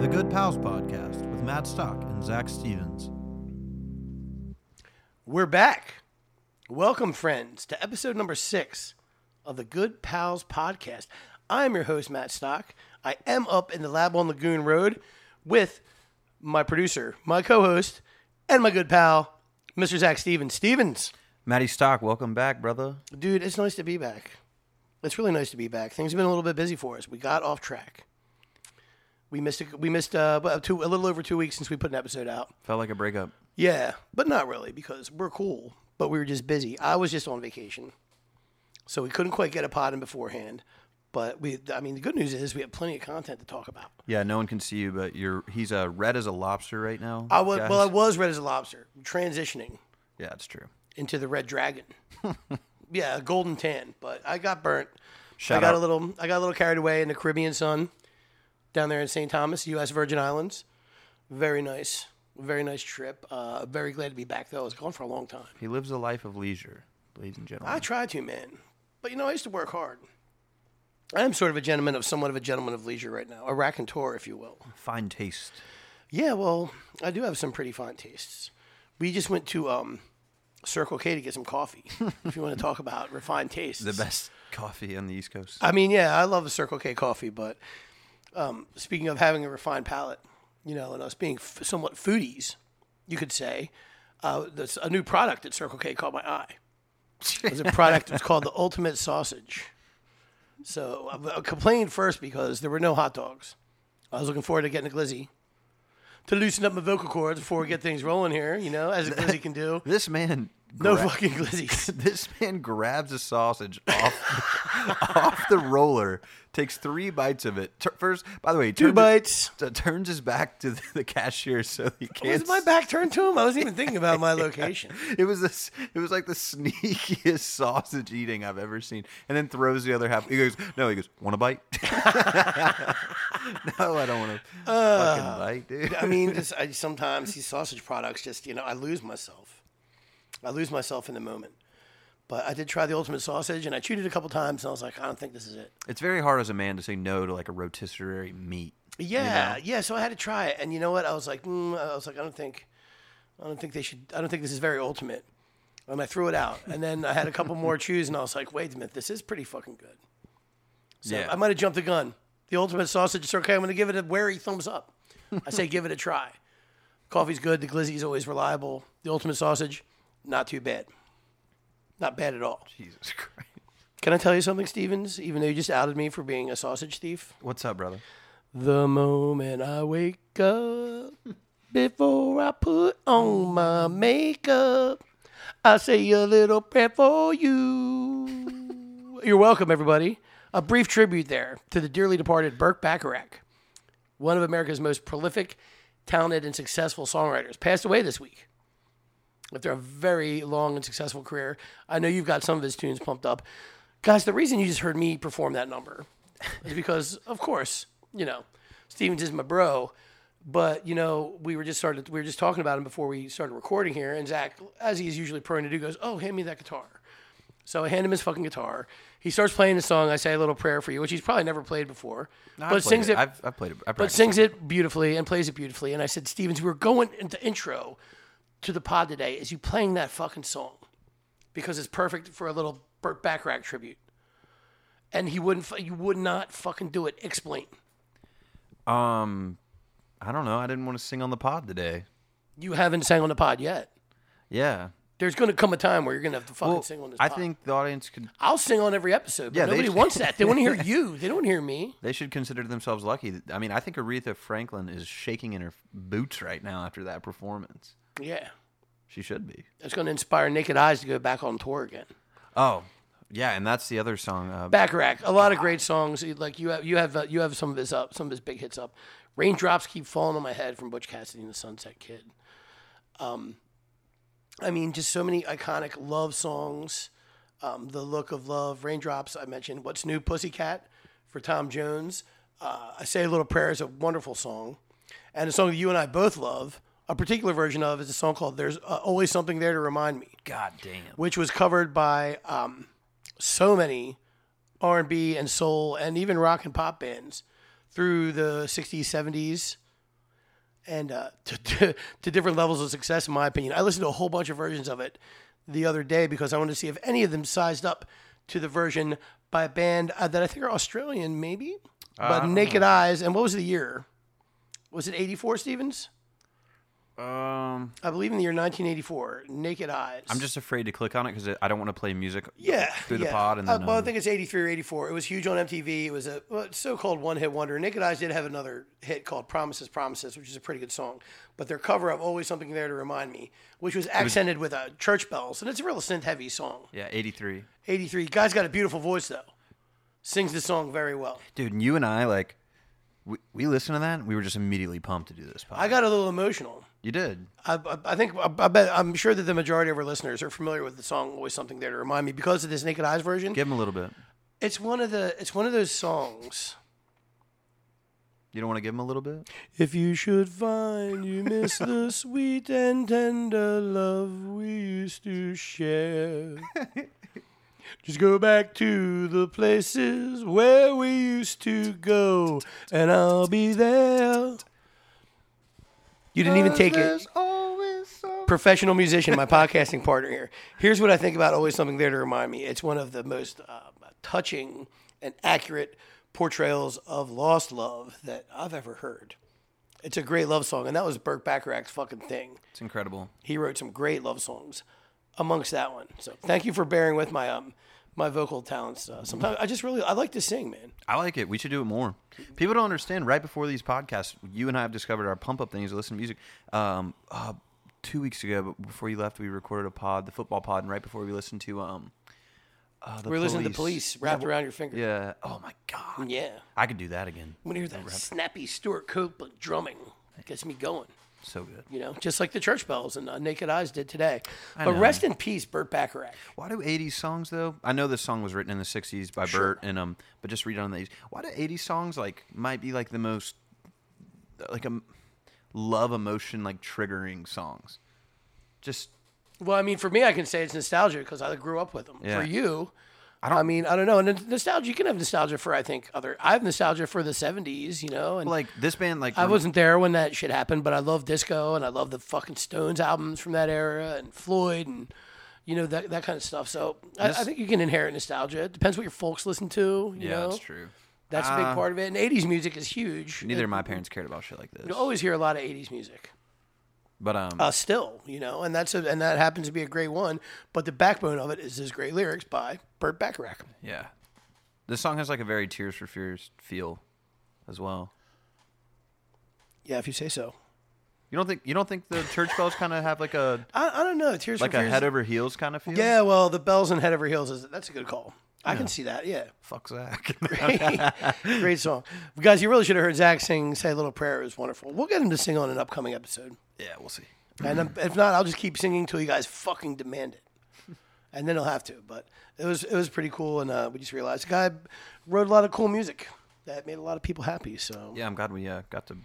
the Good Pals podcast with Matt Stock and Zach Stevens. We're back. Welcome, friends, to episode number six of the Good Pals podcast. I'm your host, Matt Stock. I am up in the lab on Lagoon Road with my producer, my co host, and my good pal, Mr. Zach Stevens. Stevens, Matty Stock, welcome back, brother. dude, it's nice to be back. It's really nice to be back. Things have been a little bit busy for us. We got off track. We missed a, we missed uh, about two, a little over two weeks since we put an episode out. Felt like a breakup. Yeah, but not really because we're cool, but we were just busy. I was just on vacation. So we couldn't quite get a pod in beforehand, but we I mean the good news is we have plenty of content to talk about. Yeah, no one can see you, but you're he's uh, red as a lobster right now. I was guys. well I was red as a lobster, transitioning yeah, it's true. into the red dragon. yeah, golden tan, but I got burnt. I Shout got out. a little I got a little carried away in the Caribbean sun down there in St. Thomas, US Virgin Islands. Very nice. Very nice trip. Uh, very glad to be back though. I was gone for a long time. He lives a life of leisure, ladies and gentlemen. I try to, man. But you know, I used to work hard. I am sort of a gentleman of somewhat of a gentleman of leisure right now, a raconteur, if you will. Fine taste. Yeah, well, I do have some pretty fine tastes. We just went to um, Circle K to get some coffee. if you want to talk about refined tastes, The best coffee on the East Coast. I mean, yeah, I love a Circle K coffee, but um, speaking of having a refined palate, you know, and us being f- somewhat foodies, you could say, uh, that's a new product at Circle K caught my eye. It was a product that's called the Ultimate Sausage. So I I complained first because there were no hot dogs. I was looking forward to getting a glizzy to loosen up my vocal cords before we get things rolling here, you know, as a glizzy can do. This man. No gra- fucking glizzies. This man grabs a sausage off off the roller, takes three bites of it. Tur- First, by the way, Two turns it- bites. t- turns his back to the, the cashier so he can't. Was my back turned to him? I wasn't even thinking about my location. It was this. It was like the sneakiest sausage eating I've ever seen. And then throws the other half. He goes, "No." He goes, "Want a bite?" no, I don't want to fucking bite, dude. I mean, just, I, sometimes these sausage products just, you know, I lose myself. I lose myself in the moment. But I did try the ultimate sausage and I chewed it a couple times and I was like, I don't think this is it. It's very hard as a man to say no to like a rotisserie meat. Yeah, yeah. So I had to try it, and you know what? I was like, mm, I was like, I don't think, I don't think they should. I don't think this is very ultimate. And I threw it out, and then I had a couple more chews, and I was like, wait a minute, this is pretty fucking good. So Yeah. I might have jumped the gun. The ultimate sausage is okay. I'm going to give it a wary thumbs up. I say give it a try. Coffee's good. The glizzy's always reliable. The ultimate sausage, not too bad. Not bad at all. Jesus Christ. Can I tell you something, Stevens? Even though you just outed me for being a sausage thief. What's up, brother? The moment I wake up, before I put on my makeup, I say a little prayer for you. You're welcome, everybody. A brief tribute there to the dearly departed Burke Bacharach, one of America's most prolific, talented, and successful songwriters, passed away this week. After a very long and successful career, I know you've got some of his tunes pumped up. Guys, the reason you just heard me perform that number is because, of course, you know, Stevens is my bro. But you know, we were just started. We were just talking about him before we started recording here, and Zach, as he is usually prone to do, goes, "Oh, hand me that guitar." So I hand him his fucking guitar. He starts playing the song. I say a little prayer for you, which he's probably never played before, I but played sings it. I've, I've played it. I but practiced. sings it beautifully and plays it beautifully. And I said, Stevens, we're going into intro to the pod today. Is you playing that fucking song because it's perfect for a little Burt Bacharach tribute? And he wouldn't. fu- You would not fucking do it. Explain. um, I don't know. I didn't want to sing on the pod today. You haven't sang on the pod yet. Yeah. There's going to come a time where you're going to have to fucking Well, sing on this. I pod. think the audience could I'll sing on every episode. But Yeah, they nobody should- wants that. They want to hear you. They don't want to hear me. They should consider themselves lucky. I mean, I think Aretha Franklin is shaking in her boots right now after that performance. Yeah, She should be. it's going to inspire Naked Eyes to go back on tour again. Oh, yeah, and that's the other song. Uh, Bacharach, a lot of great songs. Like you have, you have, uh, you have some of his up, some of his big hits up. Raindrops keep falling on my head from Butch Cassidy and the Sunset Kid. Um, I mean, just so many iconic love songs. Um, the look of love, raindrops. I mentioned what's new, Pussycat, for Tom Jones. Uh, I say a little prayer is a wonderful song, and a song that you and I both love. A particular version of is a song called "There's uh, Always Something There to Remind Me." God damn. which was covered by um, so many R and B and soul and even rock and pop bands through the '60s, '70s, and uh, to, to to different levels of success, in my opinion. I listened to a whole bunch of versions of it the other day because I wanted to see if any of them sized up to the version by a band uh, that I think are Australian, maybe, but Naked Eyes. And what was the year? Was it '84, Stevens? Um, I believe in the year 1984. Naked Eyes. I'm just afraid to click on it because I don't want to play music. yeah through the yeah. pod and Uh, then. well, I um, think it's '83 or '84. It was huge on MTV. It was a well, it's so called one hit wonder. Naked Eyes did have another hit called "Promises, Promises," which is a pretty good song. But their cover of "Always Something There to Remind Me," which was accented with uh, church bells, and it's a real synth heavy song. yeah, 83. '83. Guy's got a beautiful voice though. Sings the song very well. Dude, and you and I like, we, we listened to that. And we were just immediately pumped to do this podcast. I got a little emotional. you did. I, I- I think I, I bet I'm sure that the majority of our listeners are familiar with the song "Always Something There to Remind Me" because of this Naked Eyes version. Give him a little bit. It's one of the it's one of those songs. You don't want to give him a little bit? If you should find you miss the sweet and tender love we used to share, just go back to the places where we used to go, and I'll be there. You didn't even take it. always so. Professional musician, my podcasting partner here. Here's what I think about Always Something There to Remind Me. It's one of the most uh, touching and accurate portrayals of lost love that I've ever heard. It's a great love song, and that was Burt Bacharach's fucking thing. It's incredible. He wrote some great love songs, amongst that one. So thank you for bearing with my um my vocal talents. Uh, sometimes I just really I like to sing, man. I like it. We should do it more. People don't understand. Right before these podcasts, you and I have discovered our pump up things to listen to music. Um, uh, two weeks ago, but before you left, we recorded a pod, the football pod, and right before we listened to um, uh, the We're listening to the police wrapped around your finger. Yeah. Oh my god. Yeah, I could do that again. when I hear that snappy Stuart Copeland drumming, it gets me going. So good. You know, just like the church bells and uh, Naked Eyes did today. I but know. rest in peace, Burt Bacharach. Why do '80s songs though? I know this song was written in the '60s by Bert, and um, but just read on the '80s. Why do '80s songs like might be like the most like a love emotion like triggering songs? Just Well, I mean, for me, I can say it's nostalgia because I grew up with them. Yeah. For you, I, don't, I mean, I don't know. And then nostalgia, you can have nostalgia for, I think, other. I have nostalgia for the 70s, you know, and like this band like I wasn't there when that shit happened, but I love disco and I love the fucking Stones albums from that era and Floyd and you know that that kind of stuff. So I, I think you can inherit nostalgia. It depends what your folks listen to. You yeah know? that's true Ah. That's a big part of it. And '80s music is huge. neither It- of my parents cared about shit like this you always hear a lot of '80s music. but um Uh, still, you know, and that's a, and that happens to be a great one. But the backbone of it is his great lyrics by Burt Bacharach. yeah this song has like a very tears for fears feel as well Yeah, if you say so. you don't think you don't think the church bells kind of have like a I, I don't know. Tears like for a Fears- head over heels kind of feel Yeah, well, the bells and head over heels is that's a good call. I can see that. Yeah. fuck zach Great song. Guys, you really should have heard Zach sing Say a Little Prayer. It was wonderful. We'll get him to sing on an upcoming episode. yeah we'll see And um, if not, I'll just keep singing until you guys fucking demand it. And then he'll have to. But it was it was pretty cool. And uh, we just realized the guy wrote a lot of cool music that made a lot of people happy. So yeah i'm glad we uh, got to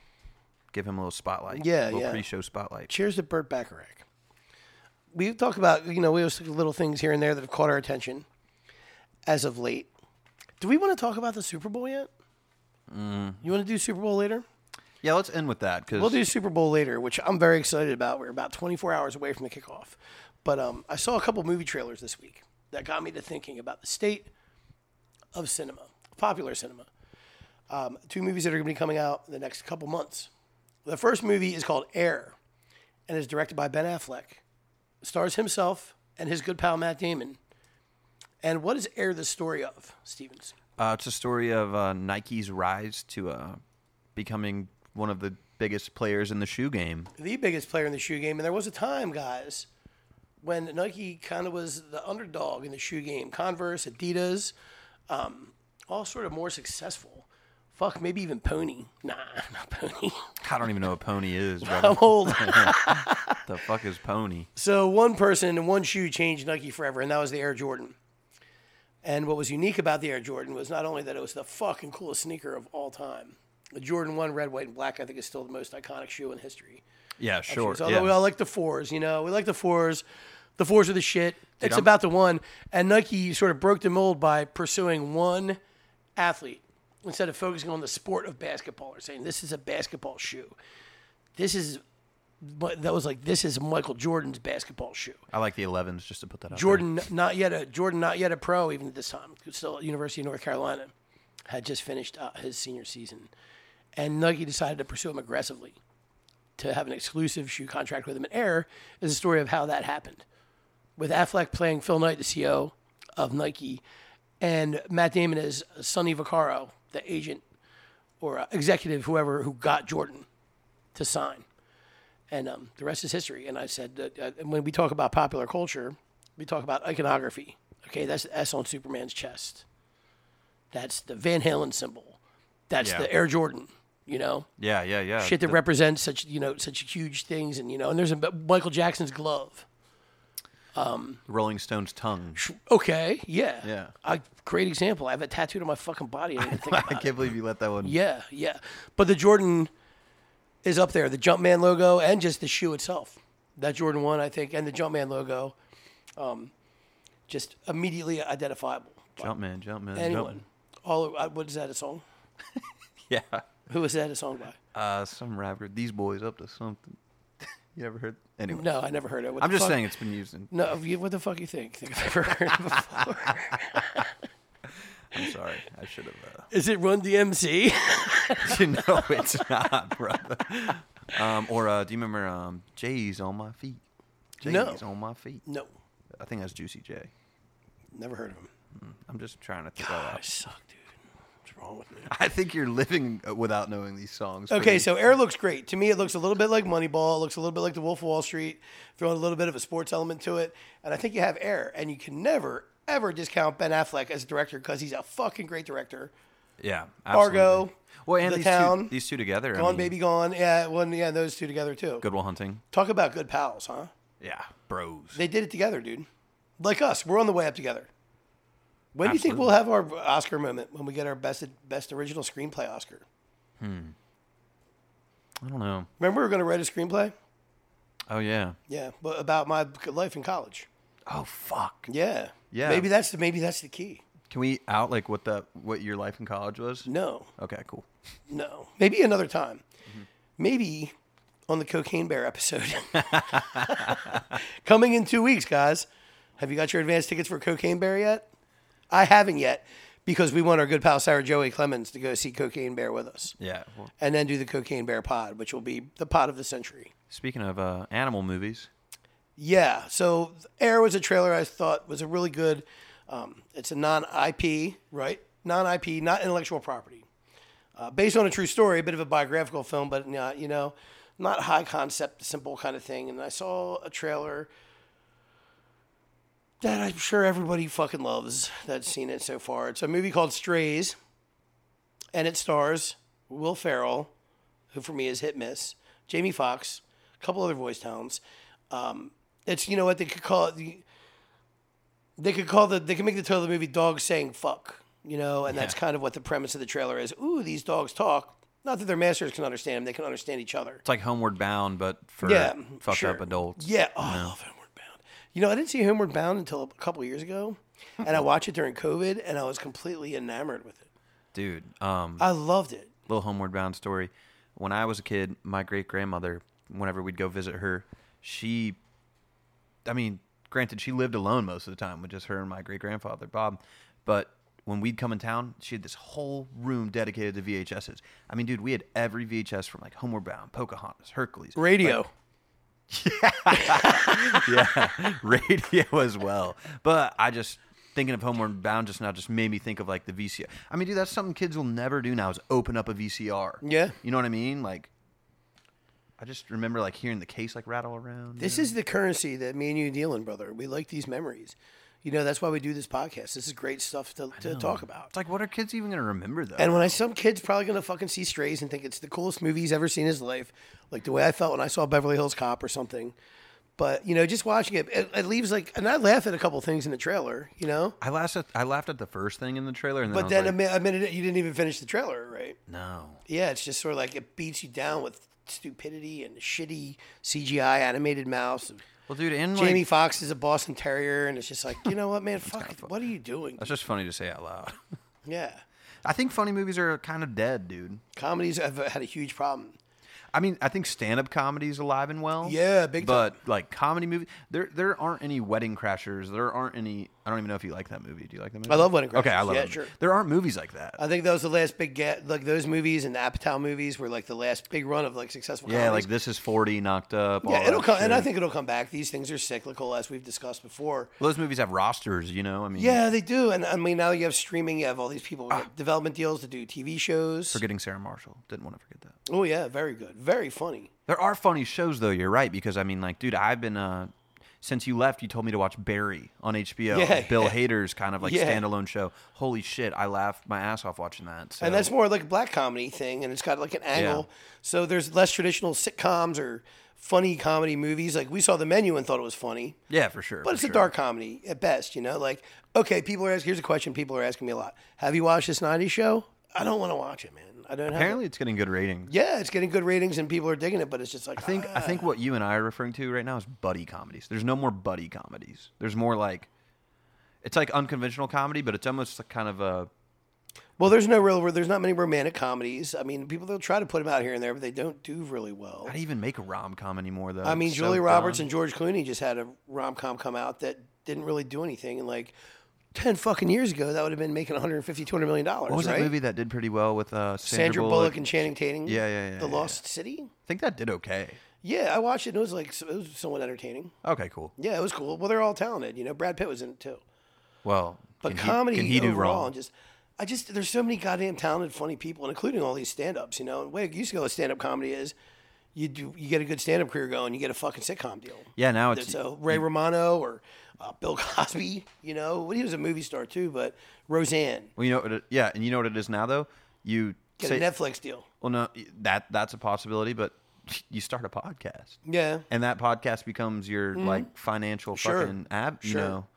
give him a little spotlight a Yeah, little yeah. pre-show spotlight cheers to Burt Bacharach. We talk about, you know, we always look at little things here and there that have caught our attention as of late. Do we want to talk about the Super Bowl yet? You want to do Super Bowl later? yeah let's end with that because We'll do Super Bowl later, which I'm very excited about. We're about 24 hours away from the kickoff. But um, I saw a couple movie trailers this week that got me to thinking about the state of cinema, popular cinema. Um, two movies that are going to be coming out in the next couple months. The first movie is called Air and is directed by Ben Affleck, stars himself and his good pal Matt Damon. And what is Air the story of, Stevens? Uh, it's a story of uh, Nike's rise to uh, becoming one of the biggest players in the shoe game. the biggest player in the shoe game. And there was a time, guys, when Nike kind of was the underdog in the shoe game. Converse, Adidas, um, all sort of more successful. Fuck, maybe even Pony. Nah, not Pony. I don't even know what Pony is, I'm bro. old. the fuck is Pony? so one person and one shoe changed Nike forever, and that was the Air Jordan. And what was unique about the Air Jordan was not only that it was the fucking coolest sneaker of all time. The Jordan 1 red, white, and black, I think, is still the most iconic shoe in history. Yeah, sure. So although yeah. we all like the fours, you know, we like the fours. The fours are the shit. it's I'm- about the one. And Nike sort of broke the mold by pursuing one athlete instead of focusing on the sport of basketball or saying this is a basketball shoe. This is, but that was like this is Michael Jordan's basketball shoe. I like the 11s just to put that out. there. Jordan not yet a Jordan not yet a pro even at this time. Still at University of North Carolina, had just finished uh, his senior season, and Nike decided to pursue him aggressively, to have an exclusive shoe contract with him. And Air is a story of how that happened, with Affleck playing Phil Knight, the CEO of Nike, and Matt Damon as Sonny Vaccaro, the agent or uh, executive, whoever who got Jordan to sign. And um, the rest is history. And I said, that, uh, and when we talk about popular culture, we talk about iconography. Okay, that's the S on Superman's chest. That's the Van Halen symbol. That's Yeah. the Air Jordan. You know, Yeah, yeah, yeah. shit that The- represents such you know such huge things. And you know, and there's a Michael Jackson's glove. Rolling Stones tongue. Okay, yeah, Yeah. I, great example. I have it tattooed on my fucking body. I didn't think I can't believe you let that one. Yeah, yeah. But the Jordan is up there. The Jumpman logo and just the shoe itself. That Jordan one, I think, and the Jumpman logo, um, just immediately identifiable. by Jump man, jump man. Anyone? All uh, what is that a song? Yeah. Who is that a song by? Uh, some rapper. These boys up to something. you ever heard? Anyway, No, I never heard it. What I'm the just fuck- saying it's been used. In, No, you- what the fuck you think? Think I've ever heard it before? I'm sorry. I should have. Uh, is it Run DMC? you know it's not, brother. Um, or uh, do you remember um, J's on my feet? J's No. on my feet. no, I think that's Juicy J. never heard of him. I'm just trying to throw I out. suck, dude. What's wrong with me? I think you're living uh, without knowing these songs. Okay, Pretty- so Air looks great. To me, it looks a little bit like Moneyball. It looks a little bit like The Wolf of Wall Street, throwing a little bit of a sports element to it. And I think you have Air, and you can never, ever discount Ben Affleck as a director because he's a fucking great director. yeah, Fargo, absolutely. Well, and The these Town, two, these two together. I Gone mean, Baby Gone. Yeah, one, yeah, those two together too. Goodwill Hunting. Talk about good pals, huh? Yeah, bros. They did it together, dude. Like us, we're on the way up together. When do you think Absolutely. we'll have our Oscar moment when we get our best best original screenplay Oscar? I don't know. Remember, we were going to write a screenplay. Oh yeah. Yeah, but about my life in college. Oh fuck. Yeah. Yeah. Maybe that's the maybe that's the key. Can we out like what the what your life in college was? No, Okay, cool. no. Maybe another time. Maybe on the Cocaine Bear episode. Coming in two weeks, guys. Have you got your advance tickets for Cocaine Bear yet? I haven't yet because we want our good pal Sarah Joey Clemens to go see Cocaine Bear with us Yeah. Well, and then do the Cocaine Bear pod, which will be the pod of the century. speaking of uh, animal movies, Yeah. So Air was a trailer I thought was a really good. Um, it's a non-IP, right? Non-IP, not intellectual property, uh, based on a true story, a bit of a biographical film, but not you know, not high concept, simple kind of thing. And I saw a trailer that I'm sure everybody fucking loves that's seen it so far. It's a movie called Strays, and it stars Will Ferrell, who for me is hit miss, Jamie Foxx, a couple other voice talents. Um, it's you know what they could call it. The, they could call the they could make the title of the movie "Dogs Saying Fuck," you know, and that's kind of what the premise of the trailer is. Ooh, these dogs talk. Not that their masters can understand them; they can understand each other. it's like Homeward Bound, but for Yeah, fucked sure. up adults. Yeah. Oh, I love Homeward Bound. You know, I didn't see Homeward Bound until a couple years ago, and I watched it during COVID, and I was completely enamored with it. Dude, um, I loved it. little homeward bound story. When I was a kid, my great grandmother, whenever we'd go visit her, she, I mean, granted, she lived alone most of the time with just her and my great grandfather, Bob. But when we'd come in town, she had this whole room dedicated to VHSs. I mean, dude, we had every VHS from like Homeward Bound, Pocahontas, Hercules, Radio. yeah, radio as well. But I just thinking of Homeward Bound just now just made me think of like the VCR. I mean, dude, that's something kids will never do now is open up a VCR. Yeah. you know what I mean? Like, I just remember like hearing the case like rattle around. This is the currency that me and you deal in, brother. We like these memories. You know, that's why we do this podcast. This is great stuff to, to talk about. it's like, what are kids even gonna remember though? And when I some kid's probably gonna fucking see Strays and think it's the coolest movie he's ever seen in his life, like the way I felt when I saw Beverly Hills Cop or something. But you know, just watching it, it, it leaves like, and I laugh at a couple things in the trailer. You know, I laughed at I laughed at the first thing in the trailer, and then I but was then a, like, mi- a minute you didn't even finish the trailer, right? no, Yeah, it's just sort of like it beats you down with stupidity and shitty CGI animated mouse. And well, dude, and like, Jamie Foxx is a Boston Terrier, and it's just like, you know what, man, fuck, it, what are you doing? that's just funny to say out loud. Yeah, I think funny movies are kind of dead, dude. comedies have had a uh, huge problem. I mean, I think stand-up comedy is alive and well. Yeah, big But like comedy movies, there there aren't any Wedding Crashers. There aren't any. I don't even know if you like that movie. Do you like that movie? I love Wedding Okay, I Crashers. love Yeah, it. sure. Uh, There aren't movies like that. I think those are the last big get like those movies and the Apatow movies were like the last big run of like successful. yeah, comedies. like this is forty knocked up. all yeah, it'll that come, and I shit. think it'll come back. These things are cyclical, as we've discussed before. those movies have rosters. You know, I mean, Yeah, they do, and I mean now you have streaming. You have all these people with Ah. development deals to do TV shows. Forgetting Sarah Marshall. Didn't want to forget that. Oh yeah, very good, very funny. There are funny shows though. You're right because I mean, like, dude, I've been uh, since you left, you told me to watch Barry on HBO. Yeah, Bill yeah. Hader's kind of like Yeah. standalone show. Holy shit, I laughed my ass off watching that. So. And that's more like a black comedy thing, and it's got like an angle. So there's less traditional sitcoms or funny comedy movies. Like we saw the menu and thought it was funny, yeah, for sure. but it's a dark comedy at best. You know, like okay, people are asking. Here's a question people are asking me a lot: Have you watched this '90s show? I don't want to watch it, man. I don't. Have Apparently, it's getting good ratings. yeah, it's getting good ratings and people are digging it, but it's just like ah. I think I think what you and I are referring to right now is buddy comedies. There's no more buddy comedies. There's more like it's like unconventional comedy, but it's almost like kind of a Well, there's no real. There's not many romantic comedies. I mean, people they'll try to put them out here and there, but they don't do really well. how do you even make a rom com anymore though? I mean, It's so Julie Roberts dumb. and George Clooney just had a rom com come out that didn't really do anything, and like ten fucking years ago, that would have been making 150, 200 million dollars. what was right? that movie that did pretty well with uh, Sandra, Sandra Bullock, and Channing Tatum. Yeah, yeah, yeah, The yeah, Lost City. I think that did okay. Yeah, I watched it. and It was like it was somewhat entertaining. Okay, cool. Yeah, it was cool. Well, they're all talented. You know, Brad Pitt was in it too. Well, But can he- comedy can he do overall, wrong? and just I just there's so many goddamn talented, funny people, and including all these stand-ups. You know, and way it used to go with stand-up comedy is you do you get a good stand-up career going, you get a fucking sitcom deal. yeah, now it's So Ray Romano or uh, Bill Cosby, you know, well, he was a movie star too, but Roseanne well, you know, what it, yeah, and you know what it is now though. You get say, a Netflix deal. well, no, that that's a possibility, but you start a podcast, Yeah, and that podcast becomes your like financial Sure. fucking app. You Sure. know,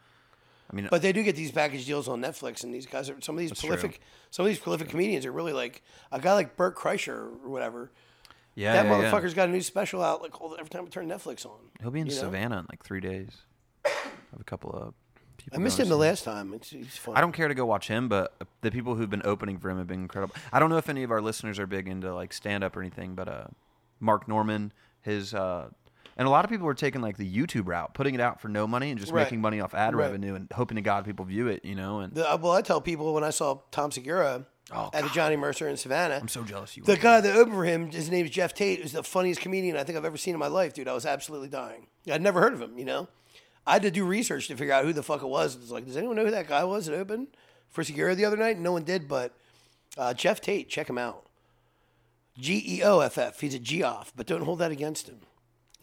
but they do get these package deals on Netflix, and these guys are some of these prolific, true. some of these prolific comedians are really like a guy like Burt Kreischer or whatever. yeah, that yeah, yeah. motherfucker's got a new special out like all, every time I turn Netflix on. He'll be in you know? Savannah in like three days. I have a couple of. People I missed going him the to- last time. It's, it's fun. I don't care to go watch him, but the people who've been opening for him have been incredible. I don't know if any of our listeners are big into like stand up or anything, but uh, Mark Norman, his, uh, and a lot of people are taking like the YouTube route, putting it out for no money and just Right. making money off ad Right. revenue and hoping to God people view it, you know. And The, uh, well, I tell people when I saw Tom Segura at the Johnny Mercer in Savannah, Oh, I'm so jealous you. the went. guy that opened for him, his name's Jeff Tate, who's the funniest comedian I think I've ever seen in my life, dude. I was absolutely dying. I'd never heard of him, you know? I had to do research to figure out who the fuck it was. It's like, does anyone know who that guy was that opened for Segura the other night? No one did, but uh, Jeff Tate, check him out. G E O F F. He's a G off, but don't hold that against him.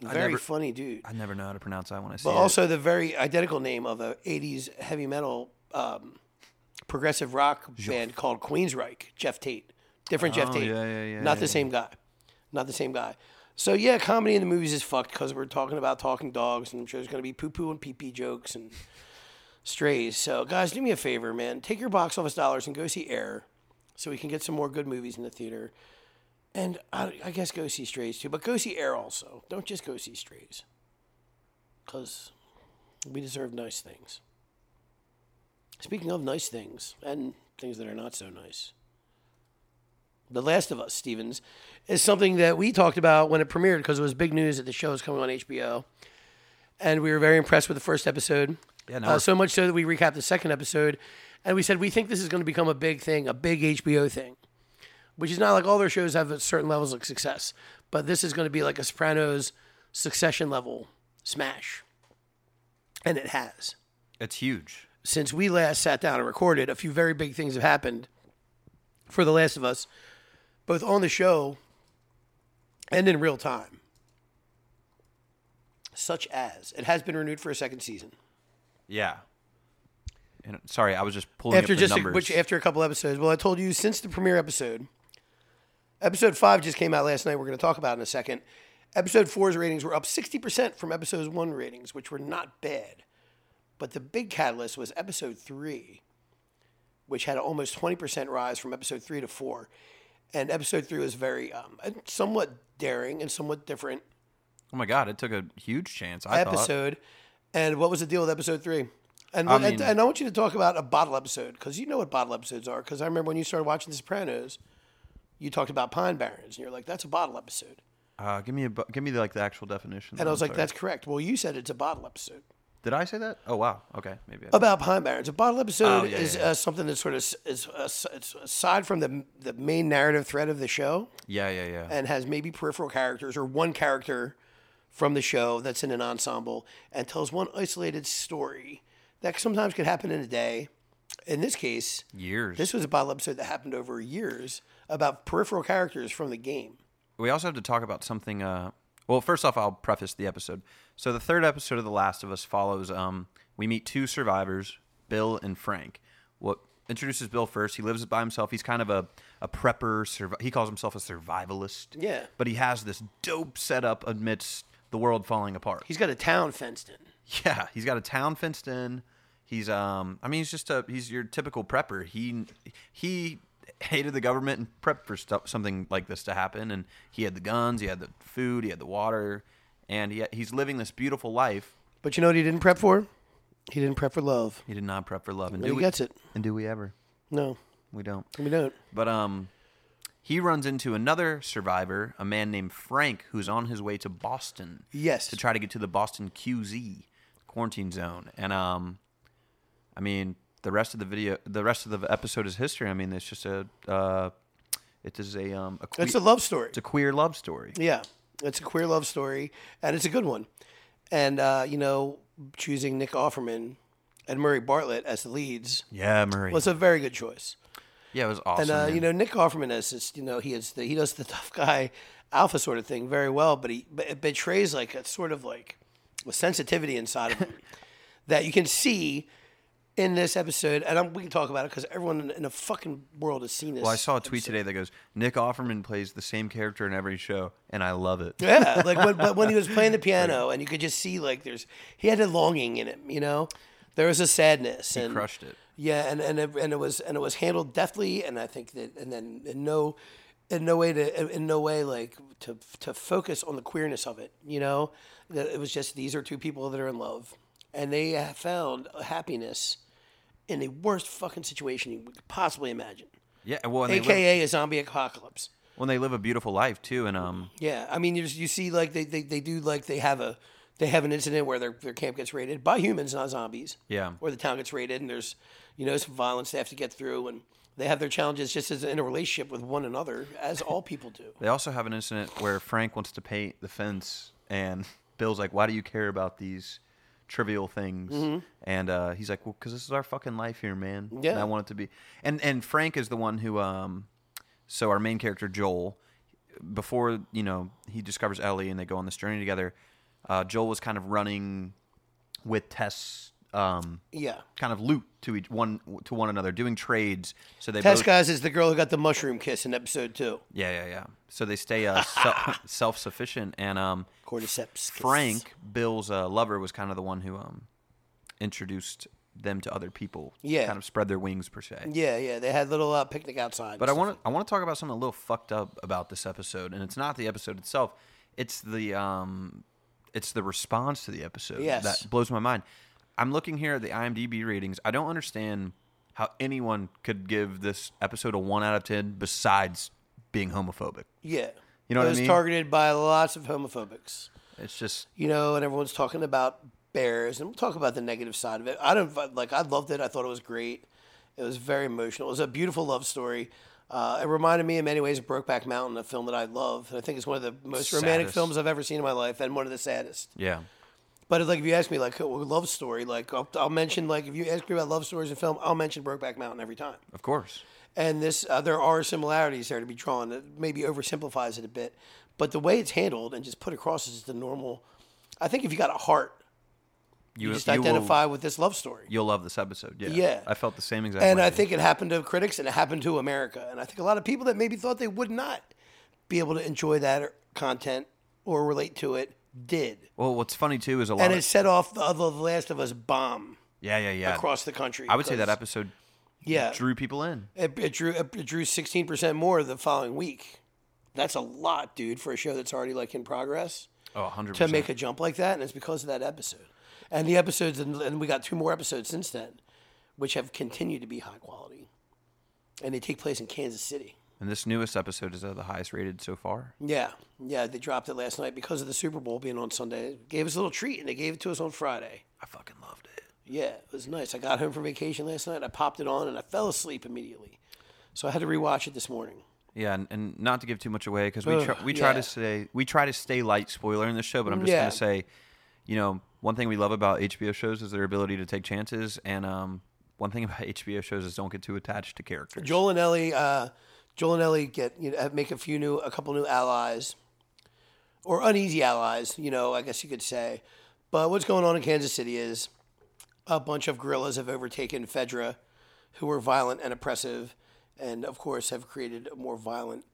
Very never- funny dude. I never know how to pronounce that when I see But it. also the very identical name of a 80s heavy metal um, progressive rock band called Queensryche, Jeff Tate. Different Jeff Oh, Tate. yeah, yeah, yeah, Not yeah. the same guy. Not the same guy. So yeah, comedy in the movies is fucked because we're talking about talking dogs, and I'm sure there's gonna be poo poo and pee pee jokes and strays. So guys, do me a favor, man. Take your box office dollars and go see Air, so we can get some more good movies in the theater. And I, I guess go see Strays too, but go see Air also. Don't just go see Strays, because we deserve nice things. Speaking of nice things and things that are not so nice, The Last of Us, Stevens, is something that we talked about when it premiered because it was big news that the show is coming on HBO. And we were very impressed with the first episode. Yeah, no, Uh, so much so that we recapped the second episode. And we said, we think this is going to become a big thing, a big HBO thing, which is not like all their shows have certain levels of success, but this is going to be like a Sopranos succession level smash. And it has it's huge. since we last sat down and recorded, a few very big things have happened for The Last of Us, both on the show and in real time. Such as it has been renewed for a second season Yeah. And, sorry, I was just pulling after up the just a, numbers. which after a couple episodes. Well, I told you since the premiere episode, episode five just came out last night. We're going to talk about in a second. Episode four's ratings were up sixty percent from episode one ratings, which were not bad. But the big catalyst was episode three, which had an almost twenty percent rise from episode three to four, and episode three was very um, somewhat daring and somewhat different oh my god, it took a huge chance. I thought. episode. And what was the deal with episode three? And, I and- mean- and I want you to talk about a bottle episode because you know what bottle episodes are. Because I remember when you started watching The Sopranos, you talked about Pine Barrens, and you're like, "That's a bottle episode." Uh, give me a bu- give me like the actual definition. And I I'm was like, sorry. that's correct. Well, you said it's a bottle episode. Did I say that? Oh wow. Okay, maybe. I, about Pine Barrens. A bottle episode Oh, yeah, is yeah, yeah. Uh, something that sort of s- is uh, s- it's aside from the the main narrative thread of the show yeah, yeah, yeah. and has maybe peripheral characters or one character from the show that's in an ensemble and tells one isolated story that sometimes could happen in a day. In this case, Years. this was a bottle episode that happened over years about peripheral characters from the game. we also have to talk about something. Uh, well, first off, I'll preface the episode. So the third episode of The Last of Us follows. Um, we meet two survivors, Bill and Frank. What introduces Bill first? He lives by himself. He's kind of a a prepper. Survi- he calls himself a survivalist. Yeah. But he has this dope setup amidst the world falling apart. He's got a town fenced in. Yeah, he's got a town fenced in. He's um, I mean, he's just a he's your typical prepper. He he hated the government and prepped for stuff something like this to happen. And he had the guns, he had the food, he had the water, and he he's living this beautiful life. But you know what he didn't prep for? He didn't prep for love. He did not prep for love, and But do he we gets it. and do we ever? No, We don't. we don't. But um, he runs into another survivor, a man named Frank, who's on his way to Boston. Yes. to try to get to the Boston QZ quarantine zone. And um, I mean, the rest of the video, the rest of the episode is history. I mean, it's just a, uh, it is a um, a que- It's a love story. it's a queer love story. Yeah, it's a queer love story, and it's a good one. And uh, you know, choosing Nick Offerman and Murray Bartlett as the leads Yeah, Murray. was a very good choice. yeah, it was awesome. And uh, man. you know, Nick Offerman is just, you know he is the, he does the tough guy alpha sort of thing very well, but he but it betrays like a sort of like a sensitivity inside of him that you can see. In this episode, and I'm, we can talk about it because everyone in, in the fucking world has seen this. well, I saw a tweet today that goes, Nick Offerman plays the same character in every show, and I love it. Yeah, like when, but when he was playing the piano, and you could just see like there's he had a longing in him, you know. There was a sadness. and, crushed it. Yeah, and and it, and it was and it was handled deftly, and I think that and then in no, in no way to in no way like to to focus on the queerness of it, you know. That it was just these are two people that are in love, and they have found happiness in the worst fucking situation you could possibly imagine, Yeah, well, and they live, aka a zombie apocalypse. when they live a beautiful life too, and um, Yeah, I mean, you you see, like they, they, they do like they have a they have an incident where their their camp gets raided by humans, not zombies. Yeah. Or the town gets raided, and there's you know some violence they have to get through, and they have their challenges just as in a relationship with one another, as all people do. They also have an incident where Frank wants to paint the fence, and Bill's like, "Why do you care about these trivial things?" Mm-hmm. And uh, he's like, "Well, because this is our fucking life here, man. Yeah. and I want it to be." And and Frank is the one who, um, so our main character Joel, before you know he discovers Ellie and they go on this journey together, uh, Joel was kind of running with Tess. Um, Yeah. kind of loot to each one to one another, doing trades. So they Tess both, guys is the girl who got the mushroom kiss in episode two. yeah, yeah, yeah. So they stay uh, self sufficient, and um, Cordyceps. kiss. Frank, Bill's uh, lover, was kind of the one who um, introduced them to other people. Yeah. kind of spread their wings per se. Yeah, yeah, they had little uh, picnic outside. But I want to I want to talk about something a little fucked up about this episode, and it's not the episode itself. It's the um, it's the response to the episode Yes. that blows my mind. I'm looking here at the IMDb ratings. I don't understand how anyone could give this episode a one out of ten besides being homophobic. yeah, You know it what I was mean? targeted by lots of homophobics. It's just you know, and everyone's talking about bears, and we'll talk about the negative side of it. I don't like. I loved it. I thought it was great. It was very emotional. It was a beautiful love story. Uh, it reminded me in many ways of Brokeback Mountain, a film that I love, and I think it's one of the most romantic Saddest. films I've ever seen in my life, and one of the saddest. yeah. But like, if you ask me, like, a love story, like, I'll, I'll mention, like, if you ask me about love stories in film, I'll mention Brokeback Mountain every time Of course. and this uh, there are similarities there to be drawn that maybe oversimplifies it a bit but the way it's handled and just put across is the normal i think if you got a heart you, just you will- identify with this love story you'll love this episode. Yeah. Yeah. I felt the same exact and way. i think it happened to critics and it happened to america and i think a lot of people that maybe thought they would not be able to enjoy that or- content or relate to it did Well, what's funny too is a lot and of it set off the, the last of us bomb Yeah, yeah, yeah. across the country I would say that because- episode yeah drew people in. It, it drew it, it drew sixteen percent more the following week. That's a lot, dude, for a show that's already like in progress Oh, 100%. to make a jump like that, and it's because of that episode. And the episodes, and, and we got two more episodes since then, which have continued to be high quality, and they take place in Kansas City. And this newest episode is uh, the highest rated so far. Yeah, yeah, they dropped it last night because of the Super Bowl being on Sunday. It gave us a little treat, and they gave it to us on Friday. I fucking loved it. Yeah, it was nice. I got home from vacation last night. I popped it on, and I fell asleep immediately. So I had to rewatch it this morning. Yeah, and, and not to give too much away because we try, Ugh, we try yeah. to stay we try to stay light spoiler in the show, but I'm just Yeah. gonna say, you know, one thing we love about HBO shows is their ability to take chances, and um, one thing about HBO shows is don't get too attached to characters. Joel and Ellie, uh, Joel and Ellie get you know, make a few new, a couple new allies, or uneasy allies. You know, I guess you could say. But what's going on in Kansas City is a bunch of guerrillas have overtaken Fedra, who were violent and oppressive, and of course have created a more violent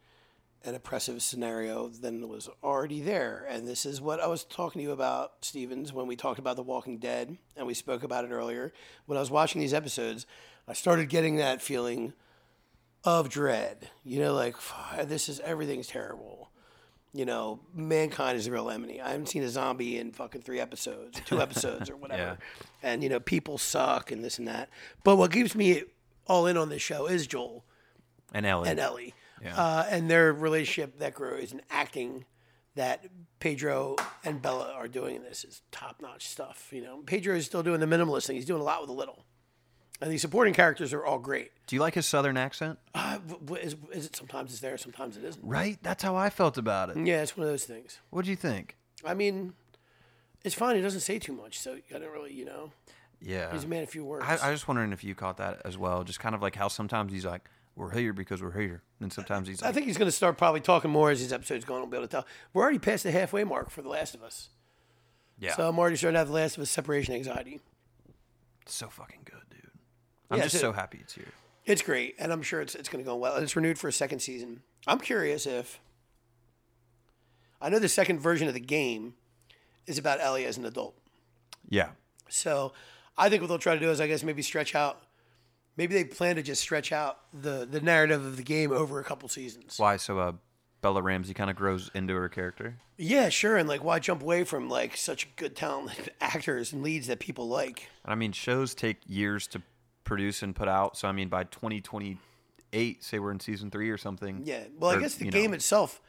and oppressive scenario than was already there. And this is what I was talking to you about, Stevens, when we talked about The Walking Dead, and we spoke about it earlier. When I was watching these episodes, I started getting that feeling of dread. You know, like "Fuck, this is everything's terrible. You know, mankind is the real enemy. I haven't seen a zombie in fucking three episodes, two episodes, or whatever. And you know, people suck and this and that. But what keeps me all in on this show is Joel And Ellie, and Ellie, uh, and their relationship that grows and acting that Pedro and Bella are doing in this is top notch stuff. You know, Pedro is still doing the minimalist thing. He's doing a lot with a little, and these supporting characters are all great. do you like his southern accent? Uh, w- w- is, is it sometimes it's there, sometimes it isn't. Right, that's how I felt about it. Yeah, it's one of those things. What do you think? I mean, it's fine. He doesn't say too much, so I don't really, you know, Yeah, he's a man of few words. I, I was wondering if you caught that as well. Just kind of like how sometimes he's like, "We're here because we're here," and sometimes he's I like, think he's going to start probably talking more as these episodes go on. I'll be able to tell. We're already past the halfway mark for The Last of Us. "Yeah, So I'm already starting to have The Last of Us separation anxiety. it's so fucking good, dude." I'm Yeah, just so- so happy it's here. It's great, and I'm sure it's it's going to go well. And it's renewed for a second season. I'm curious if I know the second version of the game is about Ellie as an adult. Yeah, So I think what they'll try to do is, I guess, maybe stretch out. Maybe they plan to just stretch out the the narrative of the game over a couple seasons. why? So, uh, Bella Ramsey kind of grows into her character. Yeah, sure. And like, why jump away from like such good talented actors and leads that people like? And I mean, shows take years to produce and put out. So I mean, by 2028, say we're in season three or something. Yeah. Well, I or, guess the you game know, itself.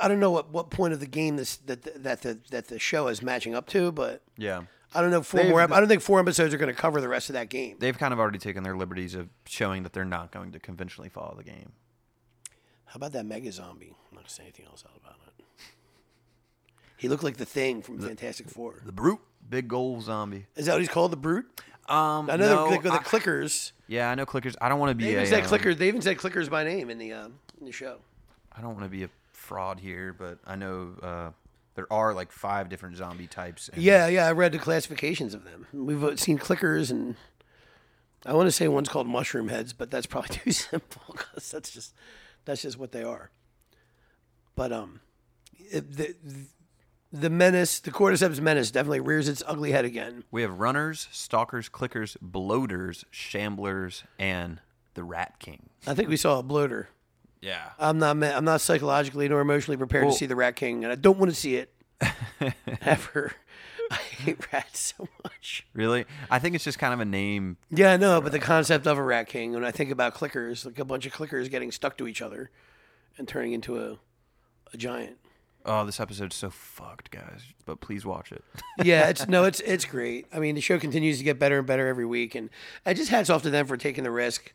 I don't know what, what point of the game this that that the that the show is matching up to, but yeah, I don't know four more. ep- I don't think four episodes are going to cover the rest of that game. they've kind of already taken their liberties of showing that they're not going to conventionally follow the game. How about that mega zombie? I'm not going to say anything else out about it. He looked like the thing from Fantastic Four. The brute, big gold zombie. Is that what he's called, the brute? Um, I know they're no, like, the I- clickers. yeah, I know clickers. I don't want to be They a. even said um, clickers. They even said clickers by name in the um, in the show. I don't want to be a fraud here, but I know uh, there are like five different zombie types. And Yeah, yeah. I read the classifications of them. We've uh, seen clickers, and I want to say one's called mushroom heads, but that's probably too simple because that's just that's just what they are. But um, it, the the menace, the cordyceps menace, definitely rears its ugly head again. We have runners, stalkers, clickers, bloaters, shamblers, and the rat king. I think we saw a bloater. Yeah. I'm not me- I'm not psychologically nor emotionally prepared to Well- see the Rat King, and I don't want to see it ever. I hate rats so much. Really? I think it's just kind of a name. Yeah, I know, but the concept of a rat king, when I think about clickers, like a bunch of clickers getting stuck to each other and turning into a, a giant. Oh, this episode's so fucked, guys. But please watch it. Yeah, it's no, it's it's great. I mean, the show continues to get better and better every week, and I just hats off to them for taking the risk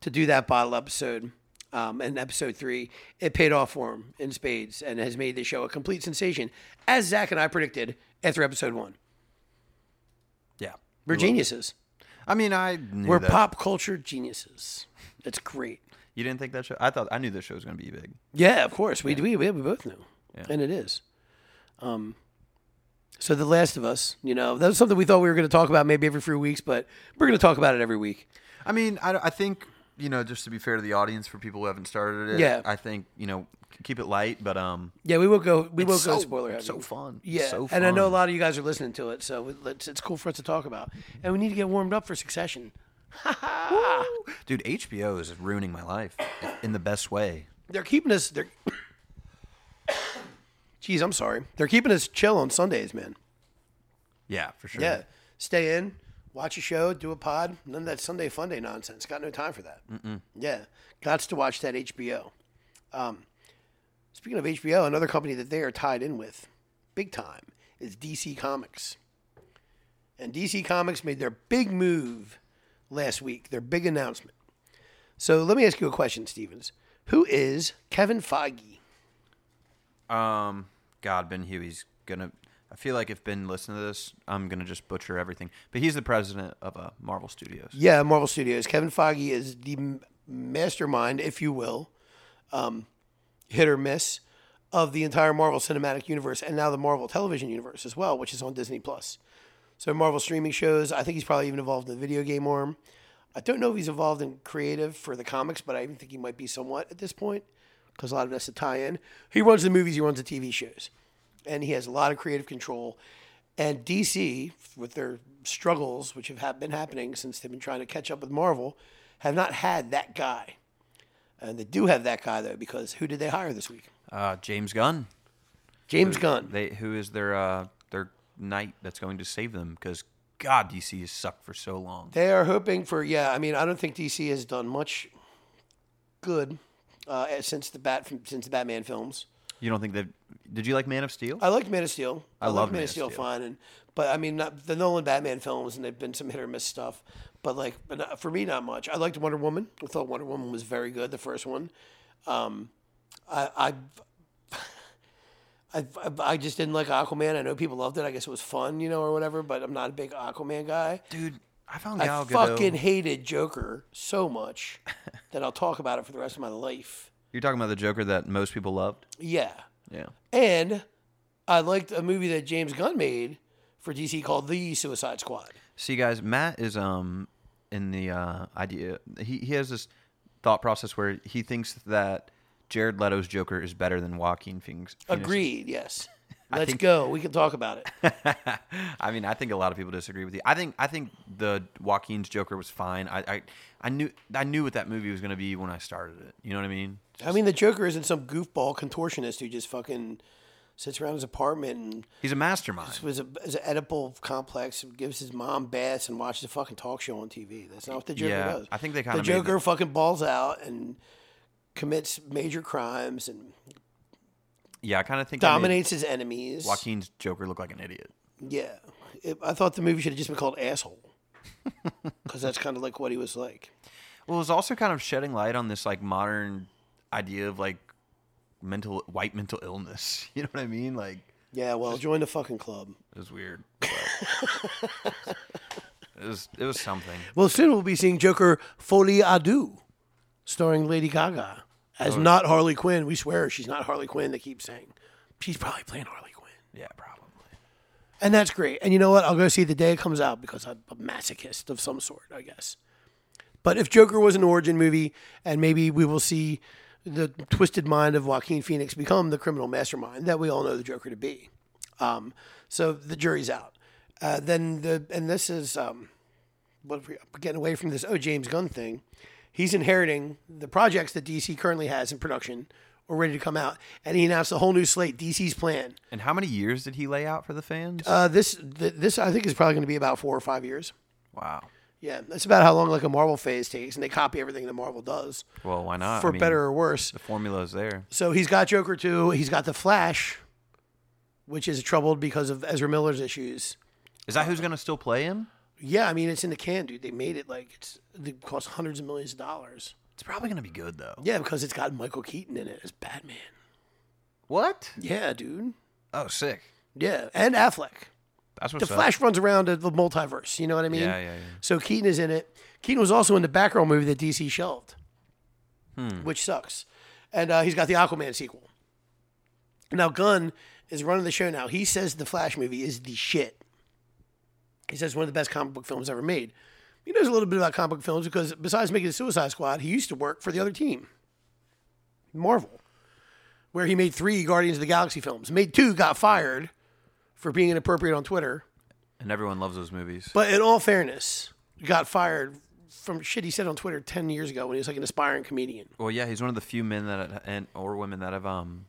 to do that bottle episode. Um, and episode three, it paid off for them in spades and has made the show a complete sensation, as Zach and I predicted after episode one. yeah. We're geniuses. I mean, I knew We're that. pop culture geniuses. It's great. You didn't think that show? I thought I knew this show was going to be big. Yeah, of course. We we, we, we both knew. And it is. Um, so The Last of Us, you know, that was something we thought we were going to talk about maybe every few weeks, but we're going to talk about it every week. I mean, I, I think you know, just to be fair to the audience, for people who haven't started it, Yeah. I think you know, keep it light, but um, Yeah, we will go. We will it's go so- spoiler heavy. So fun. yeah, So and I know a fun. lot of you guys are listening to it, so it- it's, it's cool for us to talk about. And we need to get warmed up for Succession. dude. HBO is ruining my life in the best way. They're keeping us. They're. Jeez, I'm sorry. They're keeping us chill on Sundays, man. Yeah, for sure. Yeah, stay in, watch a show, do a pod. None of that Sunday Funday nonsense. Got no time for that. Yeah, gots to watch that HBO. Um, speaking of HBO, another company that they are tied in with, big time, is DC Comics. And DC Comics made their big move last week. Their big announcement. So let me ask you a question, Stevens. Who is Kevin Feige? Um, God, Ben Huey's gonna. I feel like if Ben listened to this, I'm gonna just butcher everything. But he's the president of uh, Marvel Studios. Yeah, Marvel Studios. Kevin Feige is the m- mastermind, if you will, um, hit or miss of the entire Marvel Cinematic Universe and now the Marvel Television Universe as well, which is on Disney Plus. So Marvel streaming shows. I think he's probably even involved in the video game arm. I don't know if he's involved in creative for the comics, but I even think he might be somewhat at this point because a lot of that's a tie-in. He runs the movies. He runs the TV shows, and he has a lot of creative control. And DC, with their struggles, which have hap- been happening since they've been trying to catch up with Marvel, have not had that guy. And they do have that guy though, because who did they hire this week? Uh, James Gunn. James Gunn. They who is their uh their knight that's going to save them? Because God, DC has sucked for so long. They are hoping for yeah. I mean, I don't think DC has done much good uh, since the bat since the Batman films. You don't think that? Did you like Man of Steel? I like Man of Steel. I, love like Man of Steel, fine, and but I mean not, the Nolan Batman films, and they've been some hit or miss stuff. But like, but not, for me, not much. I liked Wonder Woman. I thought Wonder Woman was very good, the first one. Um, I, I, I, I just didn't like Aquaman. I know people loved it. I guess it was fun, you know, or whatever. But I'm not a big Aquaman guy. Dude, I found I Gal Gadot. fucking hated Joker so much that I'll talk about it for the rest of my life. You're talking about the Joker that most people loved. Yeah. Yeah. And I liked a movie that James Gunn made for DC called The Suicide Squad. See, guys, Matt is um in the uh, idea. He he has this thought process where he thinks that Jared Leto's Joker is better than Joaquin Phoenix. Phoenix's. Agreed, yes. I Let's think- go. We can talk about it. I mean, I think a lot of people disagree with you. I think I think the Joaquin's Joker was fine. I I, I knew I knew what that movie was going to be when I started it. You know what I mean? I mean, the Joker isn't some goofball contortionist who just fucking sits around his apartment and He's a mastermind. was a, is an Oedipal complex and gives his mom baths and watches a fucking talk show on TV. That's not what the Joker Yeah, does. I think they kinda the made Joker the- fucking balls out and commits major crimes and Yeah, I kind of think they made dominates his enemies. Joaquin's Joker look like an idiot. Yeah, it, I thought the movie should have just been called Asshole because that's kind of like what he was like. Well, it's also kind of shedding light on this like modern idea of like mental white mental illness. You know what I mean? Like Yeah, well, join the fucking club. it was weird. but- it was it was something. Well, soon we'll be seeing Joker Folie à Deux, starring Lady Gaga Oh, as not Harley Quinn. We swear she's not Harley Quinn. They keep saying she's probably playing Harley Quinn. Yeah, probably. And that's great. And you know what? I'll go see it the day it comes out because I'm a masochist of some sort, I guess. But if Joker was an origin movie, and maybe we will see the twisted mind of Joaquin Phoenix become the criminal mastermind that we all know the Joker to be. Um, so the jury's out. Uh, then the and this is um, what if we I'm getting away from this? Oh, James Gunn thing. He's inheriting the projects that DC currently has in production or ready to come out, and he announced a whole new slate. DC's plan. And how many years did he lay out for the fans? Uh, this th- this I think is probably going to be about four or five years. wow. Yeah, that's about how long like a Marvel phase takes, and they copy everything that Marvel does Well, why not? Ah, I for mean, better or worse. the formula is there. So he's got Joker two, he's got the Flash, which is troubled because of Ezra Miller's issues. Is that who's gonna still play him? Yeah, I mean it's in the can, dude. They made it like it's it cost hundreds of millions of dollars. It's probably gonna be good though. Yeah, because it's got Michael Keaton in it as Batman. What? Yeah, dude. Oh, sick. Yeah, and Affleck. That's The what's up. Flash runs around the multiverse. You know what I mean? Yeah, yeah, yeah. So Keaton is in it. Keaton was also in the Batgirl movie that DC shelved, which sucks. And uh, he's got the Aquaman sequel. Now Gunn is running the show now. He says the Flash movie is the shit. He says one of the best comic book films ever made. He knows a little bit about comic book films because besides making the Suicide Squad, he used to work for the other team, Marvel, where he made three Guardians of the Galaxy films. Made two, got fired for being inappropriate on Twitter. And everyone loves those movies. But in all fairness, got fired from shit he said on Twitter 10 years ago when he was like an aspiring comedian. Well, yeah, he's one of the few men that and or women that have um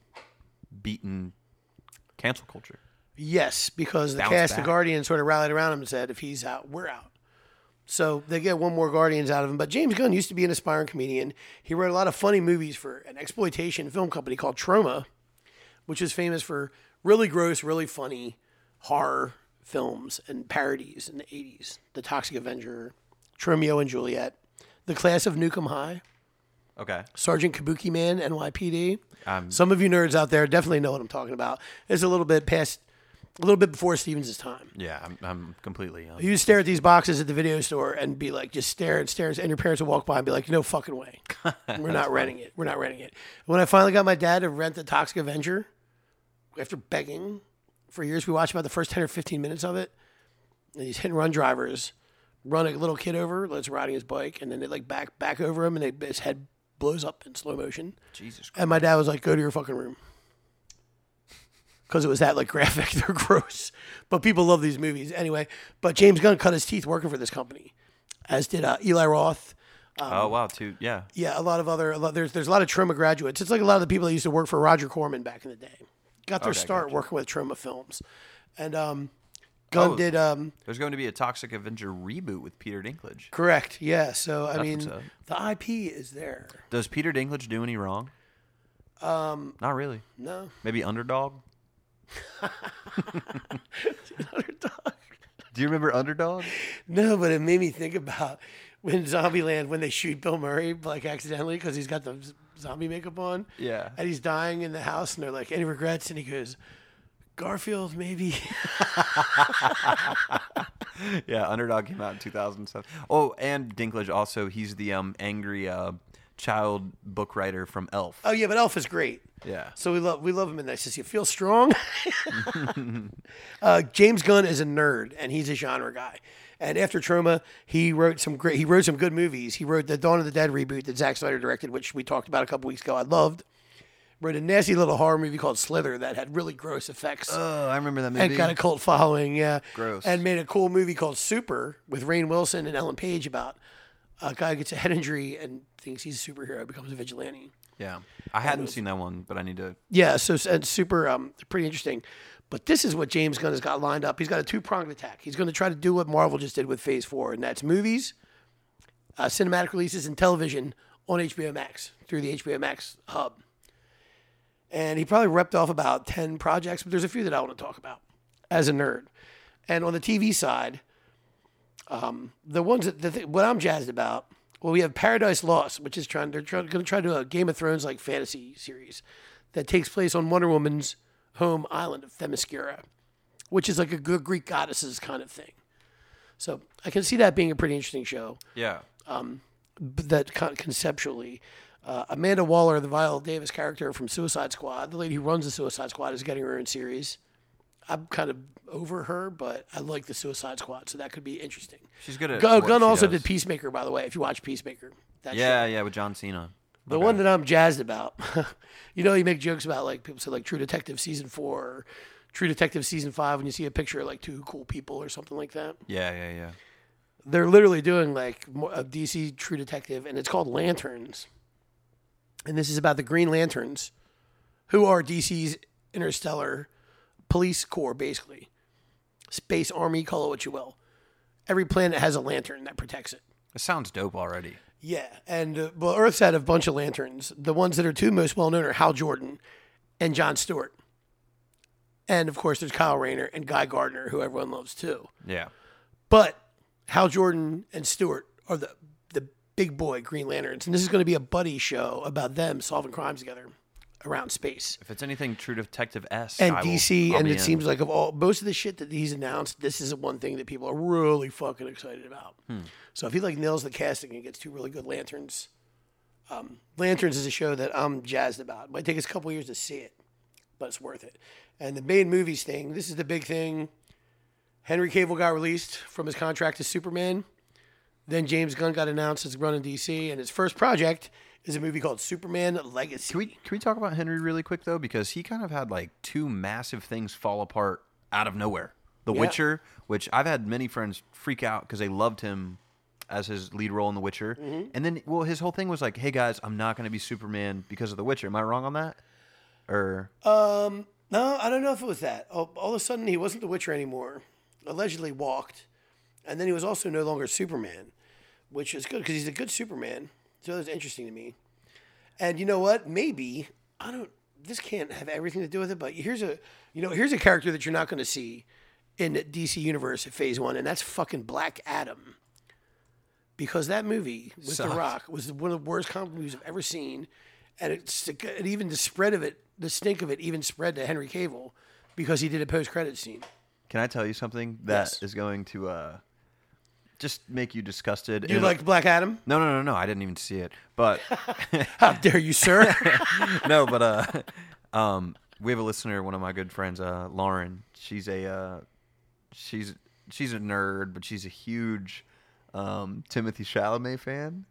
beaten cancel culture. Yes, because the Bounce cast, back. the Guardian, sort of rallied around him and said, if he's out, we're out. So they get one more Guardians out of him. But James Gunn used to be an aspiring comedian. He wrote a lot of funny movies for an exploitation film company called Troma, which is famous for really gross, really funny horror films and parodies in the 80s. The Toxic Avenger, Tromeo and Juliet, The Class of Newcomb High, Okay. Sergeant Kabuki Man, NYPD. Um, Some of you nerds out there definitely know what I'm talking about. It's a little bit past, a little bit before Stevens' time. Yeah, I'm, I'm completely. Um, You would stare at these boxes at the video store and be like, just stare and stare, and your parents would walk by and be like, no fucking way. We're not renting it. We're not renting it. When I finally got my dad to rent The Toxic Avenger, after begging for years, we watched about the first 10 or 15 minutes of it. And these hit and run drivers run a little kid over, that's riding his bike, and then they like back back over him, and they, his head blows up in slow motion. Jesus Christ. And my dad was like, "Go to your fucking room," because it was that like graphic. They're gross, but people love these movies anyway. But James Gunn cut his teeth working for this company, as did uh, Eli Roth. oh wow, too. Yeah. Yeah, a lot of other a lot, there's there's a lot of Troma graduates. It's like a lot of the people that used to work for Roger Corman back in the day got their Okay, start working with Troma Films, and um, Gunn Oh. did um, There's going to be a Toxic Avenger reboot with Peter Dinklage. correct. Yeah, so I mean, what's up. the IP is there. Does Peter Dinklage do any wrong? Um, not really. No, Maybe Underdog. underdog. Do you remember Underdog? No, but it made me think about when Zombieland when they shoot Bill Murray like accidentally because he's got the z- zombie makeup on. Yeah. And he's dying in the house, and they're like, "Any regrets?" And he goes, "Garfield, maybe." yeah, Underdog came out in 2007. Oh, and Dinklage also. He's the um angry uh, child book writer from Elf. oh yeah, but Elf is great. Yeah. So we love we love him in that. Says you feel strong. uh, James Gunn is a nerd and he's a genre guy. And after Trauma, he wrote some great. He wrote some good movies. He wrote the Dawn of the Dead reboot that Zack Snyder directed, which we talked about a couple weeks ago. I loved. Wrote a nasty little horror movie called Slither that had really gross effects Oh, I remember that and movie. got a cult following. Yeah, Gross. And made a cool movie called Super with Rain Wilson and Ellen Page about a guy who gets a head injury and thinks he's a superhero, becomes a vigilante. yeah, I hadn't seen that one, but I need to. Yeah, so and super, um, pretty interesting. But this is what James Gunn has got lined up. He's got a two pronged attack. He's going to try to do what Marvel just did with Phase Four, and that's movies, uh, cinematic releases, and television on HBO Max through the HBO Max hub. And he probably repped off about ten projects, but there's a few that I want to talk about as a nerd. And on the TV side, um, the ones that the th- what I'm jazzed about. Well, we have Paradise Lost, which is trying they're trying, going to try to do a Game of Thrones like fantasy series that takes place on Wonder Woman's home island of Themyscira, which is like a good Greek goddesses kind of thing. So I can see that being a pretty interesting show. Yeah. b- That con- conceptually, uh, Amanda Waller, the Viola Davis character from Suicide Squad, the lady who runs the Suicide Squad, is getting her own series. I'm kind of over her, but I like the Suicide Squad, so that could be interesting. She's good at. Gun, what Gunn she also does. did Peacemaker, by the way. If you watch Peacemaker, that show. Yeah, yeah, with John Cena. The one that I'm jazzed about, you know, you make jokes about like people say like True Detective season four, or True Detective season five, when you see a picture of like two cool people or something like that. Yeah, yeah, yeah. They're literally doing like mo- a DC True Detective, and it's called Lanterns. And this is about the Green Lanterns, who are DC's interstellar police corps, basically. Space Army, call it what you will. Every planet has a lantern that protects it. It sounds dope already. Yeah, and uh, well, Earth's had a bunch of lanterns. The ones that are two most well known are Hal Jordan and John Stewart, and of course there's Kyle Rayner and Guy Gardner, who everyone loves too. Yeah. But Hal Jordan and Stewart are the the big boy Green Lanterns, and this is going to be a buddy show about them solving crimes together around space If it's anything True Detective S and DC. and it seems like of all most of the shit that he's announced, this is the one thing that people are really fucking excited about. So if he like nails the casting and gets two really good lanterns, um, Lanterns is a show that I'm jazzed about. It might take us a couple years to see it, but it's worth it. And the main movies thing, this is the big thing. Henry Cavill got released from his contract as Superman. Then James Gunn got announced as running DC, and his first project is a movie called Superman Legacy. Can we can we talk about Henry really quick though? Because he kind of had like two massive things fall apart out of nowhere. The Yeah. Witcher, which I've had many friends freak out because they loved him as his lead role in The Witcher, Mm-hmm. and then well, his whole thing was like, "Hey guys, I'm not going to be Superman because of The Witcher." Am I wrong on that? Or Oh, No, I don't know if it was that. All, all of a sudden, he wasn't the Witcher anymore. Allegedly walked, And then he was also no longer Superman, which is good because he's a good Superman. So that's interesting to me. And you know what? Maybe I don't. This can't have everything to do with it, but here's a you know here's a character that you're not going to see in DC Universe at Phase One, and that's fucking Black Adam. Because that movie with The Sucked. Rock was one of the worst comic movies I've ever seen, and it's and even the spread of it, the stink of it, even spread to Henry Cavill because he did a post credit scene. Can I tell you something that is Yes. going to uh, just make you disgusted? You and- like Black Adam? No, no, no, no. I didn't even see it. But How dare you, sir? no, but uh, um, we have a listener, one of my good friends, uh, Lauren. She's a uh, she's she's a nerd, but she's a huge um, Timothy Chalamet fan.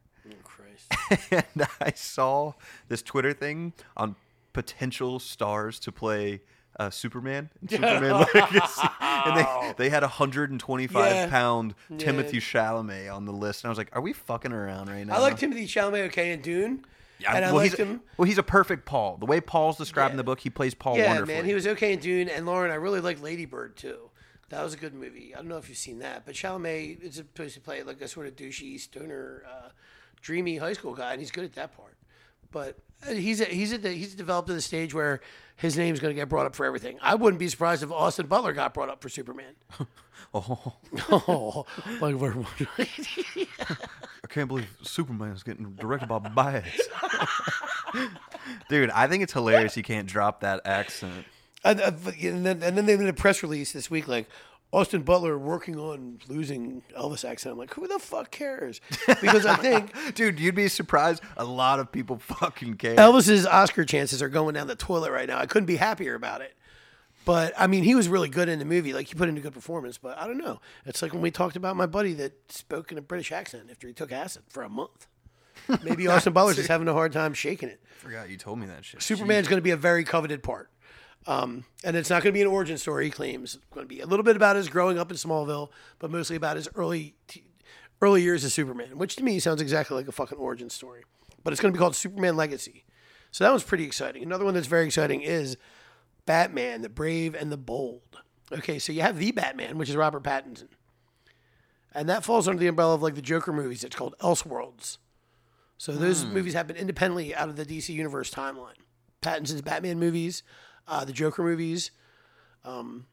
Christ. and I saw this Twitter thing on potential stars to play uh, Superman. And Superman Legacy. And they, they had a 125 Yeah. pound Timothy Chalamet on the list. And I was like, are we fucking around right now? I like Timothy Chalamet okay in Dune. Yeah, and I well, liked he's, him. Well, he's a perfect Paul. The way Paul's described in the book, he plays Paul Yeah, wonderfully. man, he was okay in Dune. And Lauren, I really like Lady Bird too. That was a good movie. I don't know if you've seen that, but Chalamet is supposed to play like a sort of douchey stoner, uh, dreamy high school guy, and he's good at that part. But uh, he's at, he's at the, he's developed to the stage where his name's going to get brought up for everything. I wouldn't be surprised if Austin Butler got brought up for Superman. oh, oh, like we're- I can't believe Superman's getting directed by Bias. Dude, I think it's hilarious he can't drop that accent. And, uh, but- and then, and then they did a press release this week, like Austin Butler working on losing Elvis accent. I'm like, who the fuck cares? Because I think Dude, you'd be surprised. A lot of people fucking care. Elvis's Oscar chances are going down the toilet right now. I couldn't be happier about it. But I mean, he was really good in the movie. Like he put in a good performance. But I don't know. It's like when we talked about my buddy that spoke in a British accent after he took acid for a month. Maybe Austin Butler's just having a hard time shaking it. forgot you told me that shit. Superman's going to be a very coveted part. Um, and it's not going to be an origin story, he claims. It's going to be a little bit about his growing up in Smallville, but mostly about his early t- early years as Superman, which to me sounds exactly like a fucking origin story. But it's going to be called Superman Legacy. So that one's pretty exciting. Another one that's very exciting is Batman, the Brave and the Bold. Okay, so you have the Batman, which is Robert Pattinson. And that falls under the umbrella of like the Joker movies. It's called Elseworlds. So those Hmm. movies happen independently out of the DC Universe timeline. Pattinson's Batman movies, uh, the Joker movies. Um,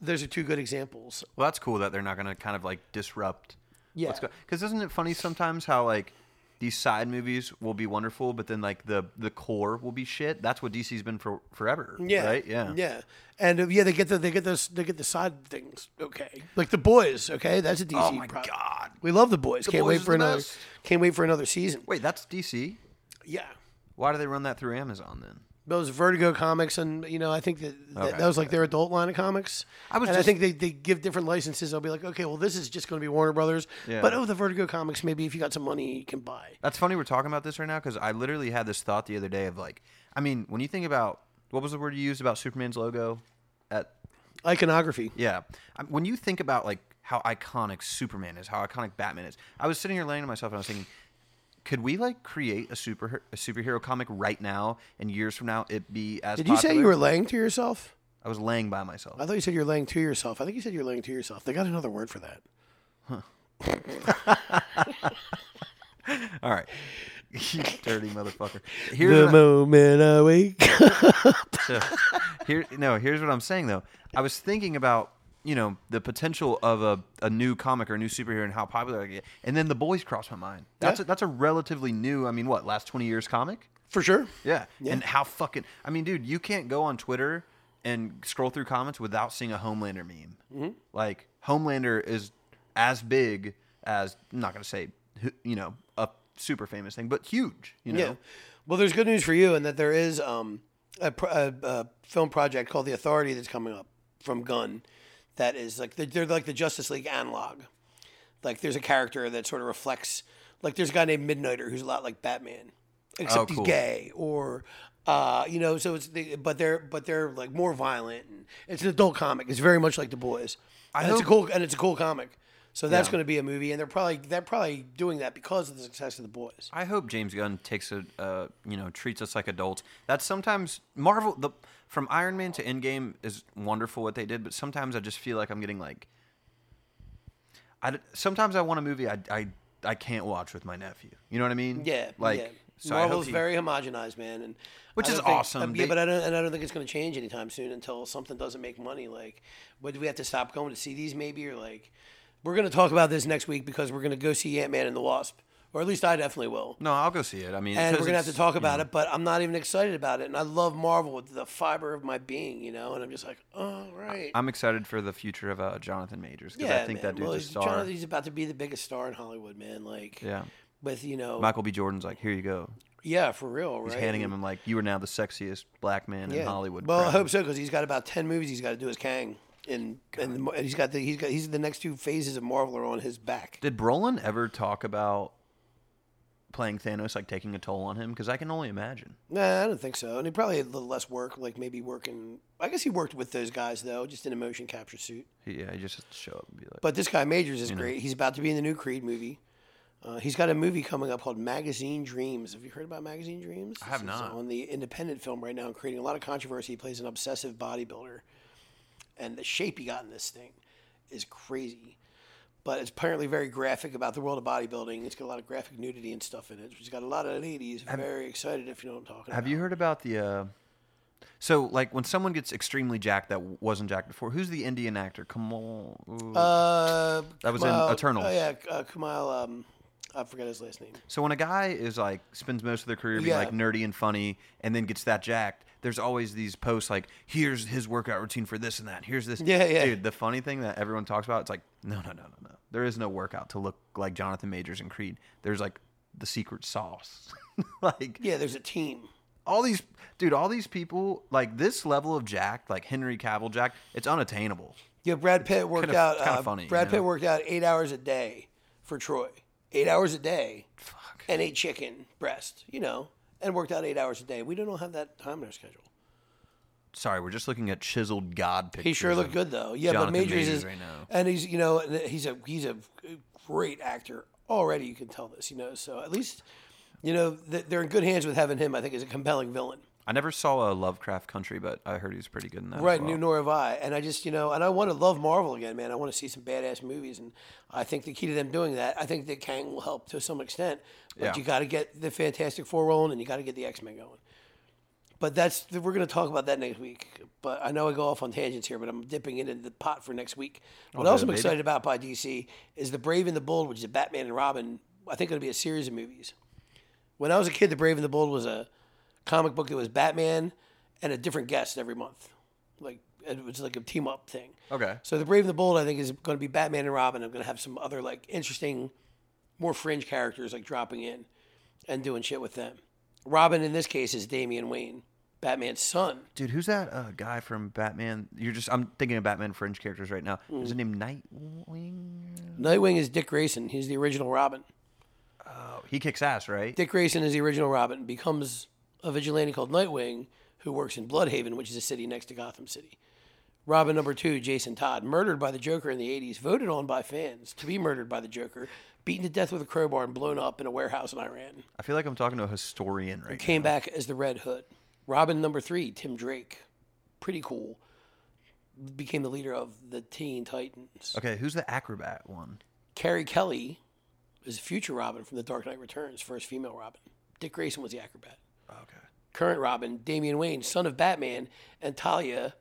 those are two good examples. Well, that's cool that they're not going to kind of like disrupt. Yeah. Because isn't it funny sometimes how like these side movies will be wonderful, but then like the the core will be shit. That's what DC's been for forever. Yeah. Right. Yeah. Yeah. And uh, yeah, they get the they get this they get the side things. Okay. Like the boys. Okay, that's a DC. Oh my product. god. We love the boys. Can't Boys wait is for the another. best. Can't wait for another season. Wait, that's DC. Yeah. Why do they run that through Amazon then? Those Vertigo comics, and you know, I think that that, Okay, that was like their adult line of comics. I was and I just- think they, they give different licenses. They'll be like, okay, well, this is just going to be Warner Brothers, Yeah. but oh, the Vertigo comics, maybe if you got some money, you can buy. That's funny we're talking about this right now because I literally had this thought the other day of like, I mean, when you think about what was the word you used about Superman's logo at Iconography. Yeah. Um, When you think about like how iconic Superman is, how iconic Batman is, I was sitting here laying to myself and I was thinking, could we like create a super a superhero comic right now and years from now it be as Did you say you popular? were laying to yourself? I was laying by myself. I thought you said you were laying to yourself. I think you said you were laying to yourself. They got another word for that. All right. you dirty motherfucker. Here's what I- moment I wake up. so, here no, here's what I'm saying though. I was thinking about you know the potential of a, a new comic or a new superhero and how popular I get, and then the boys crossed my mind. That's Yeah. a, that's a relatively new. I mean, what last twenty years comic? For sure. Yeah. And how fucking I mean, dude, you can't go on Twitter and scroll through comments without seeing a Homelander meme. Mm-hmm. Like Homelander is as big as I'm not gonna say who- you know a super famous thing, but huge. You know, Yeah. Well, there's good news for you in that there is um, a, pro- a, a film project called The Authority that's coming up from Gunn that is like, they're, they're like the Justice League analog. Like, there's a character that sort of reflects, like, there's a guy named Midnighter who's a lot like Batman, except Oh, cool. he's gay or. Uh, you know, so it's the, but they're but they're like more violent. And it's an adult comic. It's very much like The Boys. And it's a hope- cool and it's a cool comic. So that's going to be a movie, and they're probably they're probably doing that because of the success of The Boys. I hope James Gunn takes a uh, you know treats us like adults. That's sometimes Marvel the from Iron Man to Endgame is wonderful what they did, but sometimes I just feel like I'm getting like I d- sometimes I want a movie I, I I can't watch with my nephew. You know what I mean? Yeah, Like yeah. so I hope Marvel's he- very homogenized, man, and Which I is don't think- awesome. um, yeah, They- but I don't, and I don't think it's going to change anytime soon until something doesn't make money. Like, what do we have to stop going to see these? Maybe or like, we're going to talk about this next week because we're going to go see Ant Man and the Wasp, or at least I definitely will. No, I'll go see it. I mean, And we're because gonna have to it's- talk about it, but I'm not even excited about it. And I love Marvel with the fiber of my being, you know. And I'm just like, oh right, I'm excited for the future of uh, Jonathan Majors because I think that man. dude's well, a he's- star. Jonathan- he's about to be the biggest star in Hollywood, man. Like, yeah. with you know, Michael B. Jordan's like, here you go. yeah, for real, right? He's handing And- him I'm like, you are now the sexiest black man in Hollywood. Well, I proud." hope so because he's got about ten movies he's got to do as Kang, and and, the, and he's got the he's got he's the next two phases of Marvel are on his back. Did Brolin ever talk about playing Thanos like taking a toll on him? Because I can only imagine. Nah, I don't think so. And he probably had a little less work, like maybe working. I guess he worked with those guys though, just in a motion capture suit. He, yeah, he just has to show up and be like, But this guy Majors is great. He's about to be in the new Creed movie. Uh, he's got a movie coming up called Magazine Dreams. Have you heard about Magazine Dreams? I have not. On the independent film right now, and creating a lot of controversy. He plays an obsessive bodybuilder, and the shape he got in this thing is crazy. But it's apparently very graphic about the world of bodybuilding. It's got a lot of graphic nudity and stuff in it. It's got a lot of ladies very excited if you know what I'm talking have about. you heard about the? Uh, so like when someone gets extremely jacked that wasn't jacked before, who's the Indian actor? Come on, ooh. Uh, That was in Kumail- Eternals. Oh yeah, uh, Kumail. Um, I forgot his last name. so when a guy is like spends most of their career being Yeah. like nerdy and funny, and then gets that jacked, there's always these posts like, here's his workout routine for this and that. Here's this. Yeah, yeah. Dude, the funny thing that everyone talks about, it's like, no, no, no, no, no. There is no workout to look like Jonathan Majors in Creed. There's like the secret sauce. like Yeah, there's a team. all these dude, all these people like this level of jacked, like Henry Cavill jacked, it's unattainable. Yeah, Brad Pitt worked kinda- out. it's kinda uh, funny, you Brad Pitt know? worked out eight hours a day for Troy. Eight hours a day. Fuck. And ate chicken breast, you know, and worked out eight hours a day. We don't have that time in our schedule. Sorry, we're just looking at chiseled god pictures. He sure looked of- good though. Yeah, Jonathan but Majors, Majors is, right now. and he's you know and he's a he's a great actor already. You can tell this, you know. So at least you know th- they're in good hands with having him. I think is a compelling villain. I never saw a Lovecraft Country, but I heard he was pretty good in that. as Right, well. new nor have I. And I just, you know, and I want to love Marvel again, man. I want to see some badass movies, and I think the key to them doing that, I think that Kang will help to some extent. But Yeah. you got to get the Fantastic Four rolling, and you got to get the X Men going. But that's we're going to talk about that next week. But I know I go off on tangents here, but I'm dipping into the pot for next week. What else I'm baby. excited about by DC is the Brave and the Bold, which is a Batman and Robin. I think it'll be a series of movies. When I was a kid, the Brave and the Bold was a comic book that was Batman and a different guest every month. Like it was like a team up thing. Okay. So the Brave and the Bold, I think, is going to be Batman and Robin. I'm going to have some other like interesting, more fringe characters like dropping in and doing shit with them. Robin in this case is Damian Wayne, Batman's son. Dude, who's that uh, guy from Batman? You're just I'm thinking of Batman fringe characters right now. Is his name Nightwing? Nightwing is Dick Grayson. He's the original Robin. Oh, he kicks ass, right? Dick Grayson is the original Robin. Becomes a vigilante called Nightwing, who works in Bloodhaven, which is a city next to Gotham City. Robin number two, Jason Todd, murdered by the Joker in the 80s, voted on by fans to be murdered by the Joker, beaten to death with a crowbar and blown up in a warehouse in Iran. I feel like I'm talking to a historian right came back as the Red Hood. Robin number three, Tim Drake, pretty cool, became the leader of the Teen Titans. now. Okay, who's the acrobat one? Carrie Kelly is the future Robin from The Dark Knight Returns, first female Robin. Dick Grayson was the acrobat. Okay. Current Robin, Damian Wayne, son of Batman, and Talia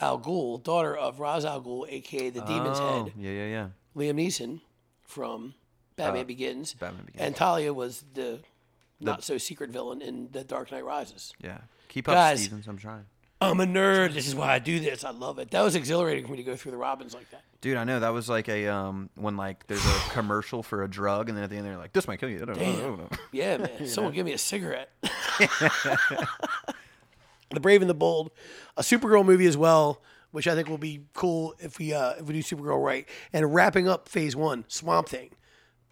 Al Ghul, daughter of Ra's al Ghul, aka the Demon's oh, Head. yeah, yeah, yeah. Liam Neeson from Batman Begins. Batman Begins. And Talia was the not so secret villain in The Dark Knight Rises. Yeah. Keep up, Guys. Stevens. I'm trying. I'm a nerd. This is why I do this. I love it. That was exhilarating for me to go through the Robins like that. Dude, I know that was like a um when like there's a commercial for a drug, and then at the end they're like, "This might kill you." I don't know, I don't know. Yeah, man. Someone give me a cigarette. the Brave and the Bold, a Supergirl movie as well, which I think will be cool if we uh, if we do Supergirl right. And wrapping up Phase One, Swamp Thing,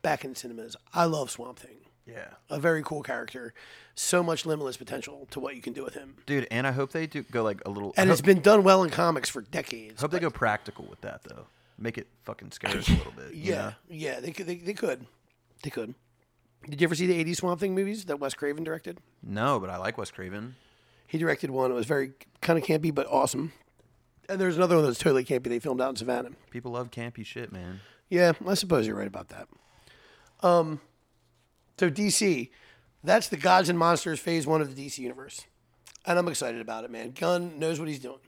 back in cinemas. I love Swamp Thing. Yeah, A very cool character. So much limitless potential to what you can do with him. dude, and I hope they do go like a little. And I it's hope, been done well in comics for decades. hope they go practical with that though. Make it fucking scary a little bit. you Yeah, know? yeah, they could, they, they could, they could. Did you ever see the '80s Swamp Thing movies that Wes Craven directed? No, but I like Wes Craven. He directed one. It was very kind of campy, but awesome. And there's another one that's totally campy. They filmed out in Savannah. People love campy shit, man. Yeah, I suppose you're right about that. Um, so DC, that's the Gods and Monsters Phase One of the DC universe, and I'm excited about it, man. Gunn knows what he's doing,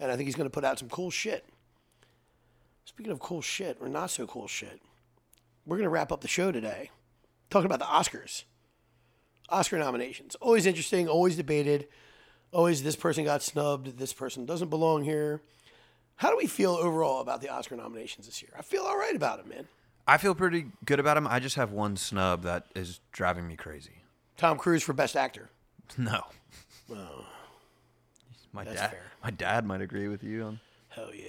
and I think he's going to put out some cool shit. Speaking of cool shit or not so cool shit, we're going to wrap up the show today talking about the Oscars. Oscar nominations. Always interesting, always debated, always this person got snubbed, this person doesn't belong here. How do we feel overall about the Oscar nominations this year? I feel all right about it, man. I feel pretty good about him. I just have one snub that is driving me crazy. Tom Cruise for Best Actor. No. my dad. fair. My dad might agree with you on Hell yeah.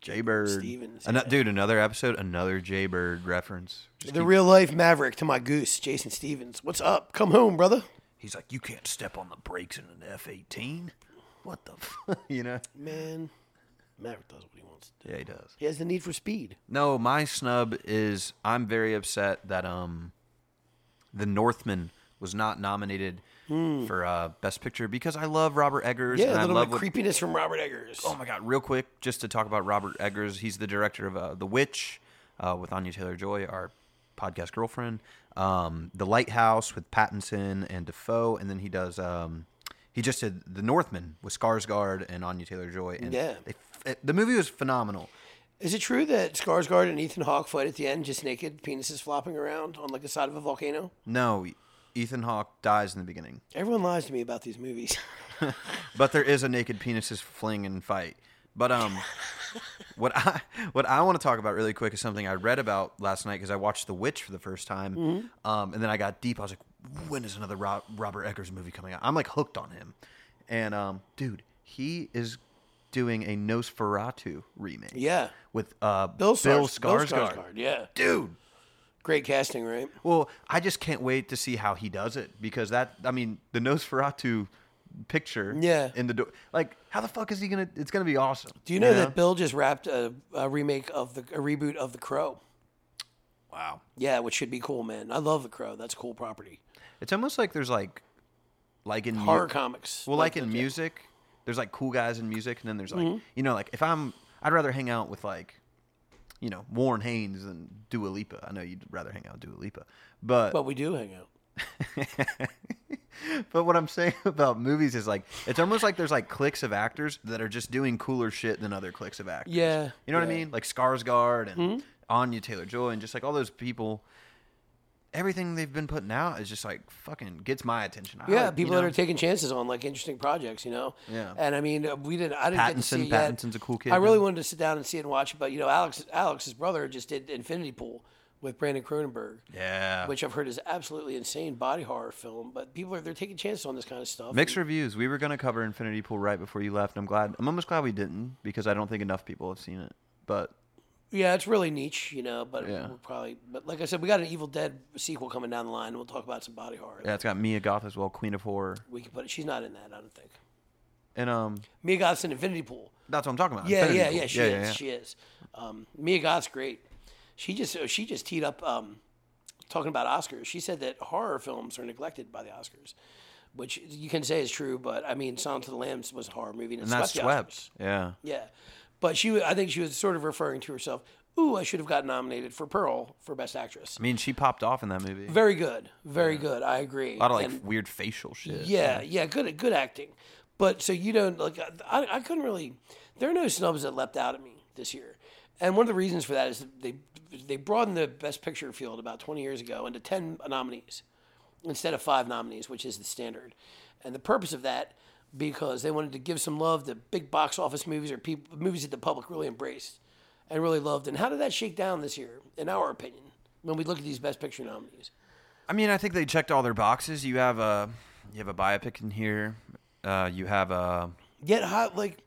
Jaybird. Stevens, Ano- dude, another episode, another Jaybird reference. Just The real life maverick to my goose, Jason Stevens. What's up? Come home, brother. He's like, you can't step on the brakes in an F eighteen. What the, f-? you know? Man, Maverick does what he wants to do. Yeah, he does. He has the need for speed. No, my snub is I'm very upset that um, the Northman was not nominated for uh, best picture because I love Robert Eggers Yeah, and a I little bit love of what creepiness from Robert Eggers. Oh my God! Real quick, just to talk about Robert Eggers, he's the director of uh, The Witch uh, with Anya Taylor Joy, our podcast girlfriend. Um, the Lighthouse with Pattinson and Defoe, and then he does. Um, he just did The Northman with Skarsgård and Anya Taylor Joy. And Yeah. they, f- the movie was phenomenal. Is it true that Skarsgård and Ethan Hawke fight at the end, just naked, penises flopping around on like the side of a volcano? No, Ethan Hawke dies in the beginning, Everyone lies to me about these movies. but there is a naked penises fling and fight. But um, what I what I want to talk about really quick is something I read about last night because I watched The Witch for the first time, um, and then I got deep. I was like, when is another Rob, Robert Eggers movie coming out? I'm like hooked on him, and um, dude, he is doing a Nosferatu remake. yeah. with uh, Bill, Bill, Sars- Bill Skarsgård. Skarsgård. Yeah. Dude, Great casting, right? Well, I just can't wait to see how he does it because that I mean the Nosferatu picture Yeah. in the door like how the fuck is he gonna it's gonna be awesome Do you know that Bill just wrapped a, a remake of the a reboot of The Crow? wow Yeah, which should be cool, man. I love The Crow. That's a cool property. it's almost like there's like like in mu- Horror comics. well like in the- music there's like cool guys in music and then there's like Mm-hmm. you know like if I'm I'd rather hang out with like you know Warren Haynes than Dua Lipa I know you'd rather hang out with Dua Lipa but But we do hang out. But what I'm saying about movies is like it's almost like there's like cliques of actors that are just doing cooler shit than other cliques of actors. Yeah, you know what I yeah. Hmm? mean? Like Skarsgård and Anya Taylor Joy and just like all those people. Everything they've been putting out is just like fucking gets my attention. I Yeah, like- you people know? that are taking chances on like interesting projects, you know. Yeah. And I mean, uh, we didn't. I didn't get to see Pattinson- it yet. Pattinson's a cool kid, I really man. wanted to sit down and see it and watch it, but you know, Alex, Alex's brother just did Infinity Pool with Brandon Cronenberg, yeah. which I've heard is absolutely insane body horror film. But people are they're taking chances on this kind of stuff. Mixed reviews. We were gonna cover Infinity Pool right before you left. I'm glad. I'm almost glad we didn't because I don't think enough people have seen it. But Yeah, it's really niche, you know. But Yeah. we'll probably. But like I said, we got an Evil Dead sequel coming down the line. and We'll talk about some body horror. yeah, it's got Mia Goth as well, Queen of Horror, We can put it. She's not in that. I don't think. and um, Mia Goth's in Infinity Pool. that's what I'm talking about. Yeah, Infinity yeah, Pool. yeah. She is. She is. Um, Mia Goth's great. She just uh, she just teed up um, talking about Oscars. She said that horror films are neglected by the Oscars, which you can say is true. But I mean, Silence of the Lambs was a horror movie, and, it and that's swept. the Oscars. swept. Yeah. Yeah, but she I think she was sort of referring to herself. Ooh, I should have gotten nominated for Pearl for Best Actress. I mean, she popped off in that movie. Very good, very good. I agree. a lot of like And- weird facial shit. yeah, yeah, good, good acting. But so you don't like, I, I couldn't really. There are no snubs that leapt out at me this year, and one of the reasons for that is that they they broadened the best picture field about twenty years ago into ten nominees instead of five nominees, which is the standard. And the purpose of that, because they wanted to give some love to big box office movies or peop movies that the public really embraced and really loved. And how did that shake down this year, in our opinion, when we look at these best picture nominees? I mean, I think they checked all their boxes. You have a you have a biopic in here. Uh, you have a Yet, hot like,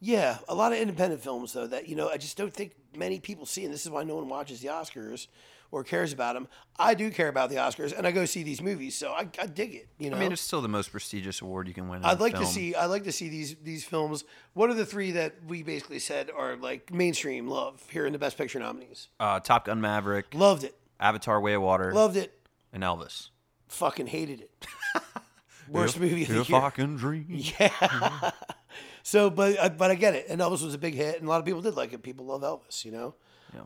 yeah, a lot of independent films though that you know I just don't think many people see, and this is why no one watches the Oscars or cares about them. I do care about the Oscars, and I go see these movies, so I, I dig it. You know, I mean, it's still the most prestigious award you can win. in I'd like to film. see. I like to see these these films. What are the three that we basically said are like mainstream love here in the Best Picture nominees? uh, Top Gun: Maverick, Loved it. Avatar: Way of Water, Loved it. and Elvis. Fucking hated it. Worst movie of the If year. I can dream. uh, So, but I- but I get it. And Elvis was a big hit, and a lot of people did like it. People love Elvis, you know.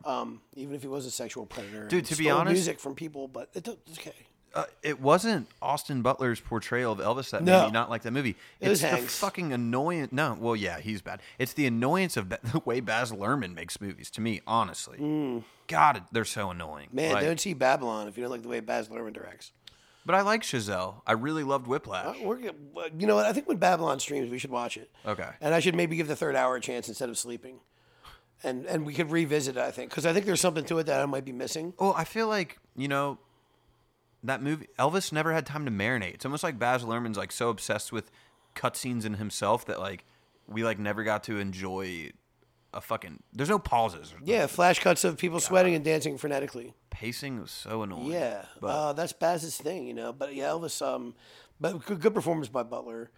Um, even if he was a sexual predator, and Dude, to be stole honest- music from people, but it, don't- it's okay. Uh, it wasn't Austin Butler's portrayal of Elvis that No. made me not like that movie. It was it's the Hanks. fucking annoyance. No, well, yeah, he's bad. It's the annoyance of ba- the way Baz Luhrmann makes movies. To me, honestly, God, they're so annoying. Mm. Man, Like, don't see Babylon if you don't like the way Baz Luhrmann directs. but I like Chazelle. I really loved Uh, Whiplash. We're, gonna- well, you know what? I think when Babylon streams, we should watch it. Okay. And I should maybe give the third hour a chance instead of sleeping. And and we could revisit it, I think, because I think there's something to it that I might be missing. Well, I feel like you know that movie. Elvis never had time to marinate. It's almost like Baz Luhrmann's like so obsessed with cutscenes in himself that like we like never got to enjoy a fucking. There's no pauses. Yeah, flash cuts of people sweating and dancing frenetically. pacing was so annoying. Yeah, but uh, that's Baz's thing, you know. But yeah, Elvis. Um, but good, good performance by Butler.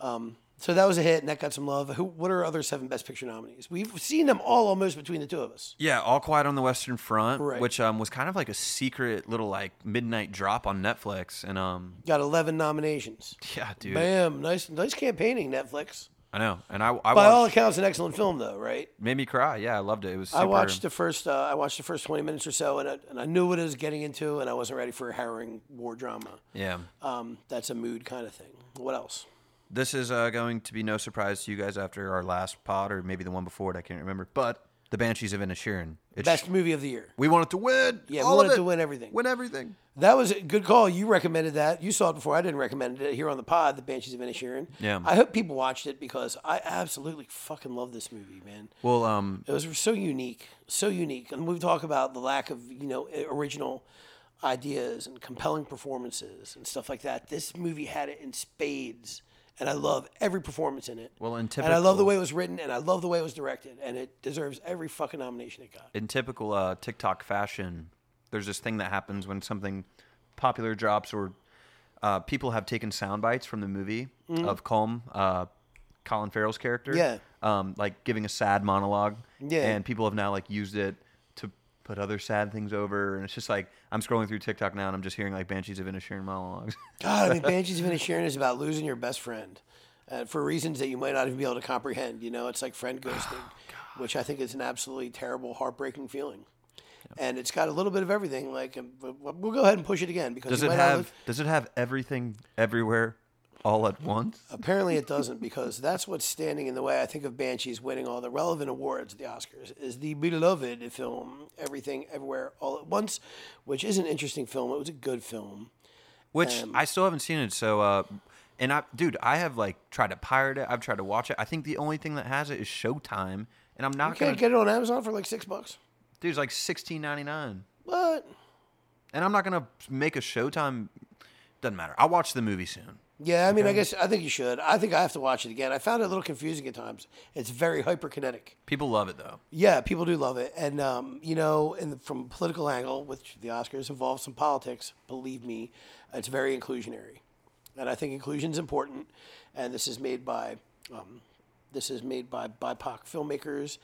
Um, so that was a hit, and that got some love. Who? What are our other seven Best Picture nominees? We've seen them all almost between the two of us. yeah, All Quiet on the Western Front, Right. which um was kind of like a secret little like midnight drop on Netflix, and um Got eleven nominations. yeah, dude, Bam! Nice, nice campaigning, Netflix. I know, and I I By all watched, accounts, an excellent film, though, right? made me cry. Yeah, I loved it. It was. Super, I watched the first. Uh, I watched the first twenty minutes or so, and I, and I knew what I was getting into, and I wasn't ready for a harrowing war drama. Yeah, Um, that's a mood kind of thing. What else? this is uh, going to be no surprise to you guys after our last pod, or maybe the one before it. I can't remember, but the Banshees of Inisherin. It's Best movie of the year. We wanted to win. Yeah, all we of wanted it. to win everything. Win everything. That was a good call. You recommended that. You saw it before. I didn't recommend it here on the pod, The Banshees of Inisherin. Yeah. I hope people watched it because I absolutely fucking love this movie, man. Well, um, It was so unique, so unique. And we talk about the lack of you know original ideas and compelling performances and stuff like that. This movie had it in spades, and I love every performance in it. well, in typical, and I love the way it was written, and I love the way it was directed, and it deserves every fucking nomination it got. in typical uh, TikTok fashion, there's this thing that happens when something popular drops or uh, people have taken sound bites from the movie of Colm, uh, Colin Farrell's character. Mm. Yeah. Um, like giving a sad monologue. Yeah. And people have now like used it to put other sad things over. And it's just like, I'm scrolling through TikTok now and I'm just hearing like Banshees of Inisherin monologues. God, I mean, Banshees of Inisherin is about losing your best friend uh, for reasons that you might not even be able to comprehend. You know, it's like Oh, friend ghosting, which I think is an absolutely terrible, heartbreaking feeling. And it's got a little bit of everything. Like, um, w- w- we'll go ahead and push it again because does you it might not have, live- does it have everything everywhere all at once? Apparently, it doesn't because that's what's standing in the way. I think of Banshees winning all the relevant awards at the Oscars is the beloved film "Everything Everywhere All at Once," which is an interesting film. It was a good film. which Um, I still haven't seen it. So, uh, and I, dude, I have like tried to pirate it. I've tried to watch it. I think the only thing that has it is Showtime, and I'm You not gonna. can't Get- get it on Amazon for like six bucks, dude, it's like sixteen ninety nine, but and I'm not gonna make a Showtime. Doesn't matter. I'll watch the movie soon. Yeah, I mean, I guess I think you should. I think I have to watch it again. I found it a little confusing at times. It's very hyperkinetic. People love it though. Yeah, people do love it, and um, you know, and from a political angle, which the Oscars involves some politics. Believe me, it's very inclusionary, and I think inclusion's important. And this is made by um, this is made by BIPOC filmmakers,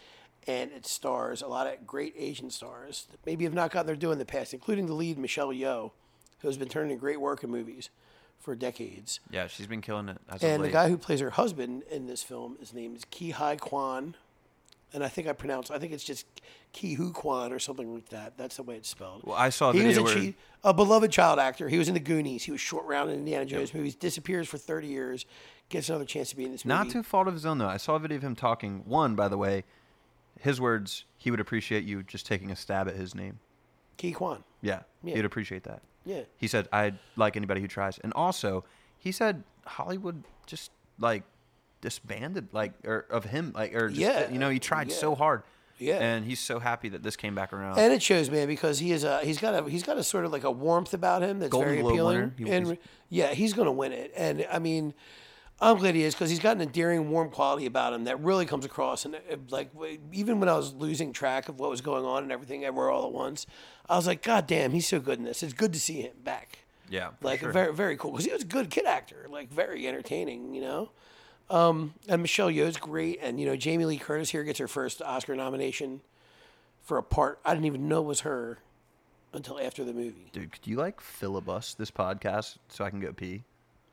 and it stars a lot of great Asian stars that maybe have not gotten their due in the past, including the lead Michelle Yeoh, who has been turning in great work in movies for decades. Yeah, she's been killing it as And of the late. guy who plays her husband in this film, his name is Ki Hai Kwan. And I think I pronounce, I think it's just Ki Hu Kwan or something like that. That's the way it's spelled. well, I saw a he was video a, where chi- a beloved child actor. He was in the Goonies. He was short round in Indiana Jones movies, disappears for 30 years, gets another chance to be in this movie. not to fault of his own though. I saw a video of him talking. One, by the way, his words. He would appreciate you just taking a stab at his name. Ki Kwan. Yeah, Yeah. he'd appreciate that. Yeah. He said, "I'd like anybody who tries." And also, he said Hollywood just like disbanded, like or of him, like or just, Yeah, you know, he tried yeah. so hard. Yeah. and he's so happy that this came back around. And it shows, man, because he is a he's got a he's got a sort of like a warmth about him that's Golden very Globe appealing. winner. He- and he's- yeah, he's going to win it. And I mean, I'm glad he is because he's got an endearing, warm quality about him that really comes across. And it, like w- even when I was losing track of what was going on and everything everywhere all at once, I was like, God damn, he's so good in this. It's good to see him back. yeah, for Like sure. very very cool because he was a good kid actor, like very entertaining, you know. Um, and Michelle Yeoh's great, and you know Jamie Lee Curtis here gets her first Oscar nomination for a part I didn't even know was her until after the movie. dude, could you like filibust this podcast so I can go pee?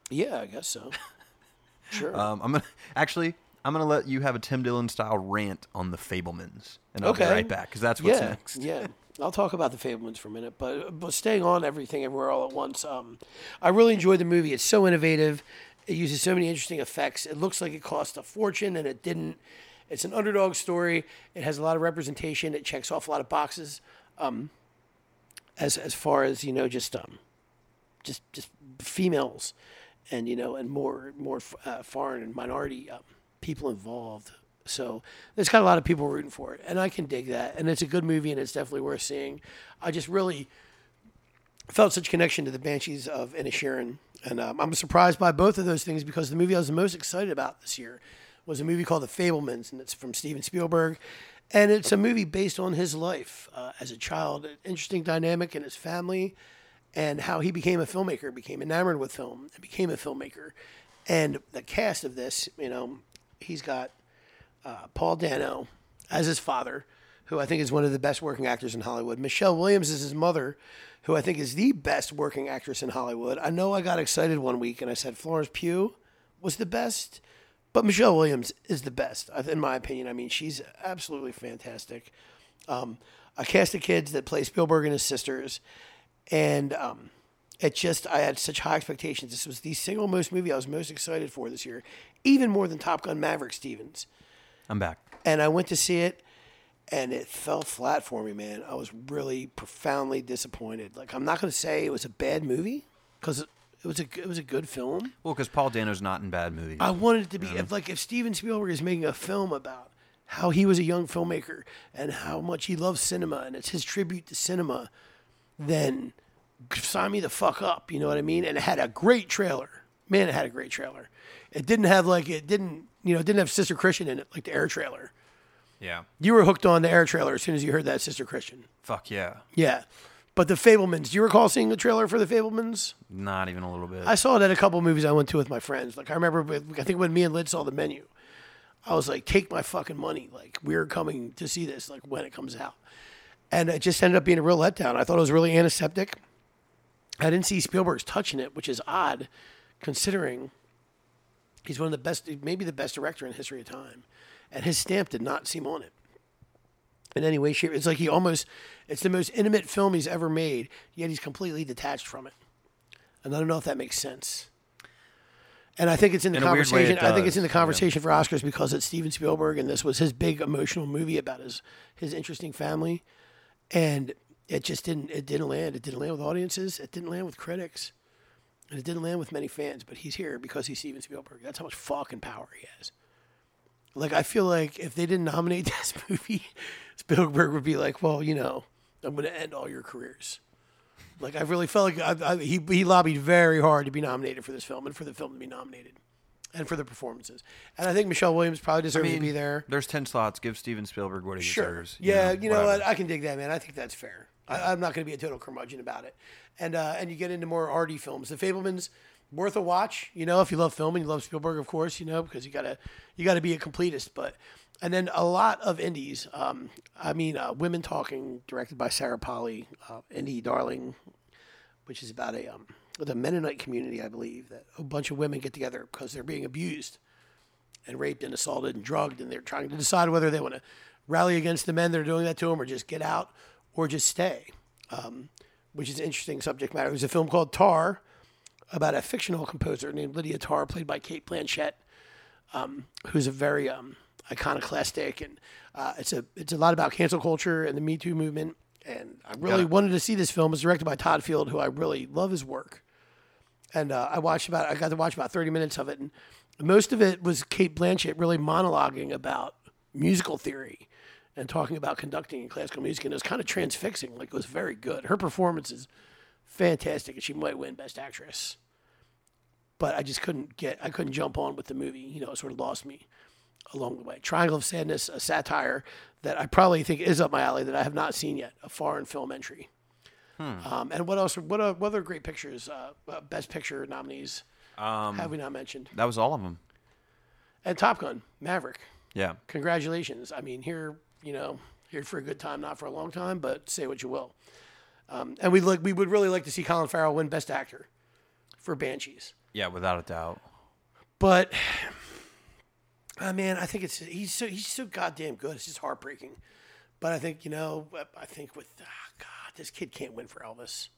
Yeah, I guess so. Sure. Um, I'm gonna actually. I'm gonna let you have a Tim Dillon style rant on the Fablemans, and I'll Okay. be right back because that's what's yeah, next. Yeah. I'll talk about the Fablemans for a minute, but but staying on everything everywhere all at once. Um, I really enjoyed the movie. It's so innovative. It uses so many interesting effects. It looks like it cost a fortune, and it didn't. It's an underdog story. It has a lot of representation. It checks off a lot of boxes. Um, as as far as you know, just um, just just females, and you know, and more more uh, foreign and minority um, people involved. So there's got a lot of people rooting for it, and I can dig that. And it's a good movie, and it's definitely worth seeing. I just really felt such connection to the Banshees of Inisherin, and um, I'm surprised by both of those things because the movie I was the most excited about this year was a movie called The Fablemans, and it's from Steven Spielberg, and it's a movie based on his life uh, as a child, an interesting dynamic in his family, and how he became a filmmaker, became enamored with film, and became a filmmaker, and the cast of this, you know, he's got uh, Paul Dano as his father, who I think is one of the best working actors in Hollywood. Michelle Williams is his mother, who I think is the best working actress in Hollywood. I know I got excited one week and I said Florence Pugh was the best, but Michelle Williams is the best, I- in my opinion. I mean, she's absolutely fantastic. Um, a cast of kids that play Spielberg and his sisters, and um, it just I had such high expectations. This was the single most movie I was most excited for this year, even more than Top Gun Maverick Stevens I'm back. and I went to see it, and it fell flat for me, man. I was really profoundly disappointed. Like I'm not gonna say it was a bad movie, because it was a it was a good film. Well, because Paul Dano's not in bad movies. I wanted it to be if like if Steven Spielberg is making a film about how he was a young filmmaker and how much he loves cinema and it's his tribute to cinema, then sign me the fuck up. You know what I mean? And it had a great trailer. Man, it had a great trailer. It didn't have like it didn't you know it didn't have Sister Christian in it like the Air trailer. yeah. You were hooked on the air trailer as soon as you heard that, Sister Christian. Fuck yeah. Yeah. But the Fablemans, do you recall seeing the trailer for the Fablemans? Not even a little bit. I saw it at a couple movies I went to with my friends. Like I remember, with- I think when me and Lid saw the menu, I was like, "Take my fucking money! Like we're coming to see this. Like when it comes out." And it just ended up being a real letdown. I thought it was really antiseptic. I didn't see Spielberg's touching it, which is odd, considering he's one of the best, maybe the best director in history of time, and his stamp did not seem on it in any way, shape. It's like he almost, it's the most intimate film he's ever made, yet he's completely detached from it. And I don't know if that makes sense. And I think it's in the In a weird way, it conversation. I think it's in the does, yeah. conversation for Oscars because it's Steven Spielberg, and this was his big emotional movie about his his interesting family, and it just didn't it didn't land. It didn't land with audiences. It didn't land with critics, and it didn't land with many fans. But he's here because he's Steven Spielberg. That's how much fucking power he has. Like I feel like if they didn't nominate this movie, Spielberg would be like, "Well, you know, I'm going to end all your careers." Like I really felt like I, I, he he lobbied very hard to be nominated for this film and for the film to be nominated, and for the performances. And I think Michelle Williams probably deserves to be there. There's ten slots. Give Steven Spielberg what he deserves. Yeah, you know, whatever. what? I can dig that, man. I think that's fair. I, I'm not going to be a total curmudgeon about it. And uh, and you get into more arty films. The Fablemans worth a watch. You know, if you love film and you love Spielberg, of course, you know, because you gotta you gotta be a completist. But and then a lot of indies. Um, I mean, uh, Women Talking, directed by Sarah Polly, uh, indie darling, which is about a um, the Mennonite community, I believe, that a bunch of women get together because they're being abused and raped and assaulted and drugged, and they're trying to decide whether they want to rally against the men that are doing that to them, or just get out, or just stay, um, which is an interesting subject matter. There's a film called Tar about a fictional composer named Lydia Tar, played by Kate Blanchett, um, who's a very um, iconoclastic, and uh, it's a it's a lot about cancel culture and the Me Too movement. And I really wanted to see this film. It's directed by Todd Field, who I really love his work and uh, I watched about I got to watch about thirty minutes of it, and most of it was Kate Blanchett really monologuing about musical theory and talking about conducting in classical music, and it was kind of transfixing. Like it was very good. Her performance is fantastic, and she might win Best Actress. But I just couldn't get I couldn't jump on with the movie. You know, it sort of lost me along the way. Triangle of Sadness, a satire that I probably think is up my alley that I have not seen yet, a foreign film entry. Um, and what else? What, uh, what other great pictures? Uh, uh, best picture nominees have we not mentioned? that was all of them. And Top Gun, Maverick. Yeah. Congratulations. I mean, here you know, here for a good time, not for a long time. But say what you will. Um, and we look, we would really like to see Colin Farrell win Best Actor for Banshees. Yeah, without a doubt. But I mean, uh, I think it's he's so he's so goddamn good. It's just heartbreaking. But I think you know, I- I think with ah, God, this kid can't win for Elvis.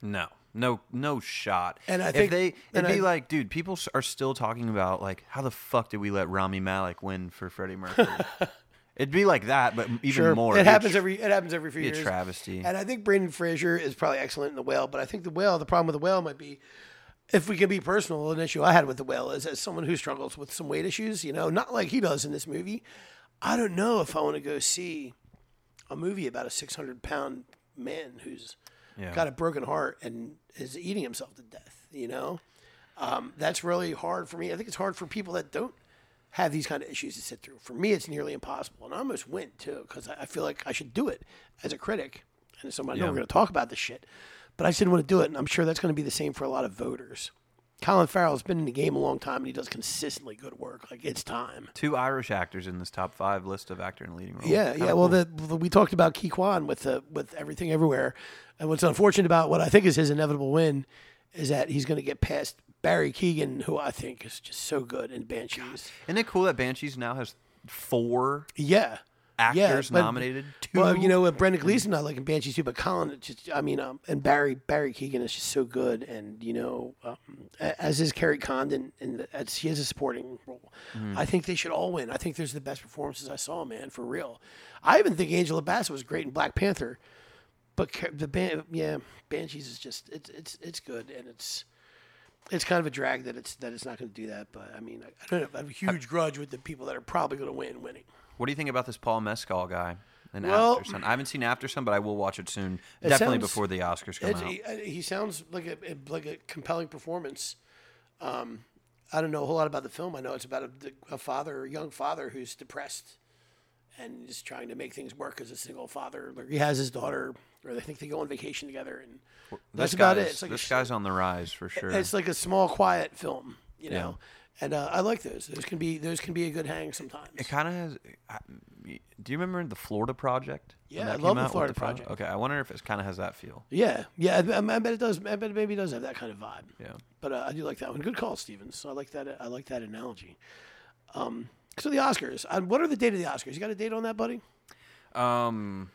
No, no, no shot. And I if think- they, and it'd be I- like, dude, people s- are still talking about like, how the fuck did we let Rami Malik win for Freddie Mercury? it'd be like that, but even more. It It'd be a happens tr- every it happens every few be a years. travesty. And I think Brandon Fraser is probably excellent in the whale, but I think the whale, the problem with the whale might be if we can be personal, an issue I had with the whale is as someone who struggles with some weight issues, you know, not like he does in this movie, I don't know if I want to go see a movie about a six hundred pound man who's Yeah. got a broken heart and is eating himself to death, you know? Um, that's really hard for me. I think it's hard for people that don't have these kind of issues to sit through. For me, it's nearly impossible. And I almost went too, because I I feel like I should do it as a critic. And so I know we're going to talk about this shit, but I just didn't want to do it. And I'm sure that's going to be the same for a lot of voters. Colin Farrell's been in the game a long time and he does consistently good work. Like, it's time. Two Irish actors in this top five list of actor and leading role. Yeah, yeah. Well, the, the- we talked about Key Kwan with the, with everything everywhere, and what's unfortunate about what I think is his inevitable win is that he's going to get past Barry Keegan, who I think is just so good in Banshees. Isn't it cool that Banshees now has four Yeah, actors but- nominated? Two. Well, you know, with Brendan Gleeson, I like in Banshees too, but Colin, it's just I mean, um, and Barry Barry Keegan is just so good, and you know, um, a- as is Kerry Condon, and as he has a supporting role. I think they should all win. I think there's the best performances I saw, man, for real. I even think Angela Bassett was great in Black Panther, but Ke- the ban- yeah, Banshees is just it's it's it's good, and it's. It's kind of a drag that it's that it's not going to do that, but I mean, I, I don't know. I have a huge grudge with the people that are probably going to win winning. What do you think about this Paul Mescal guy? And Well- After Sun? I haven't seen After Sun, but I will watch it soon. Definitely sounds- before the Oscars come It's, out. he, uh, he sounds like a a- like a compelling performance. Um, I don't know a whole lot about the film. I know it's about a, a father, a young father who's depressed and is trying to make things work as a single father. Like, He has his daughter, or they think they go on vacation together, and that's This about it. guy's- It's like, a, this sh- guy's on the rise for sure. it's like a small, quiet film, you know. And uh, I like those. Those can be those can be a good hang sometimes. It kind of has. I, do you remember the Florida Project? when Yeah, I that came love The out with Florida photo? Project. Okay, I wonder if it kind of has that feel. Yeah, yeah. I, I bet it does. I bet it maybe does have that kind of vibe. Yeah. But uh, I do like that one. Good call, Stevens. I like that. I like that analogy. Um, so the Oscars. Uh, what are the date of the Oscars? You got a date on that, buddy? Um,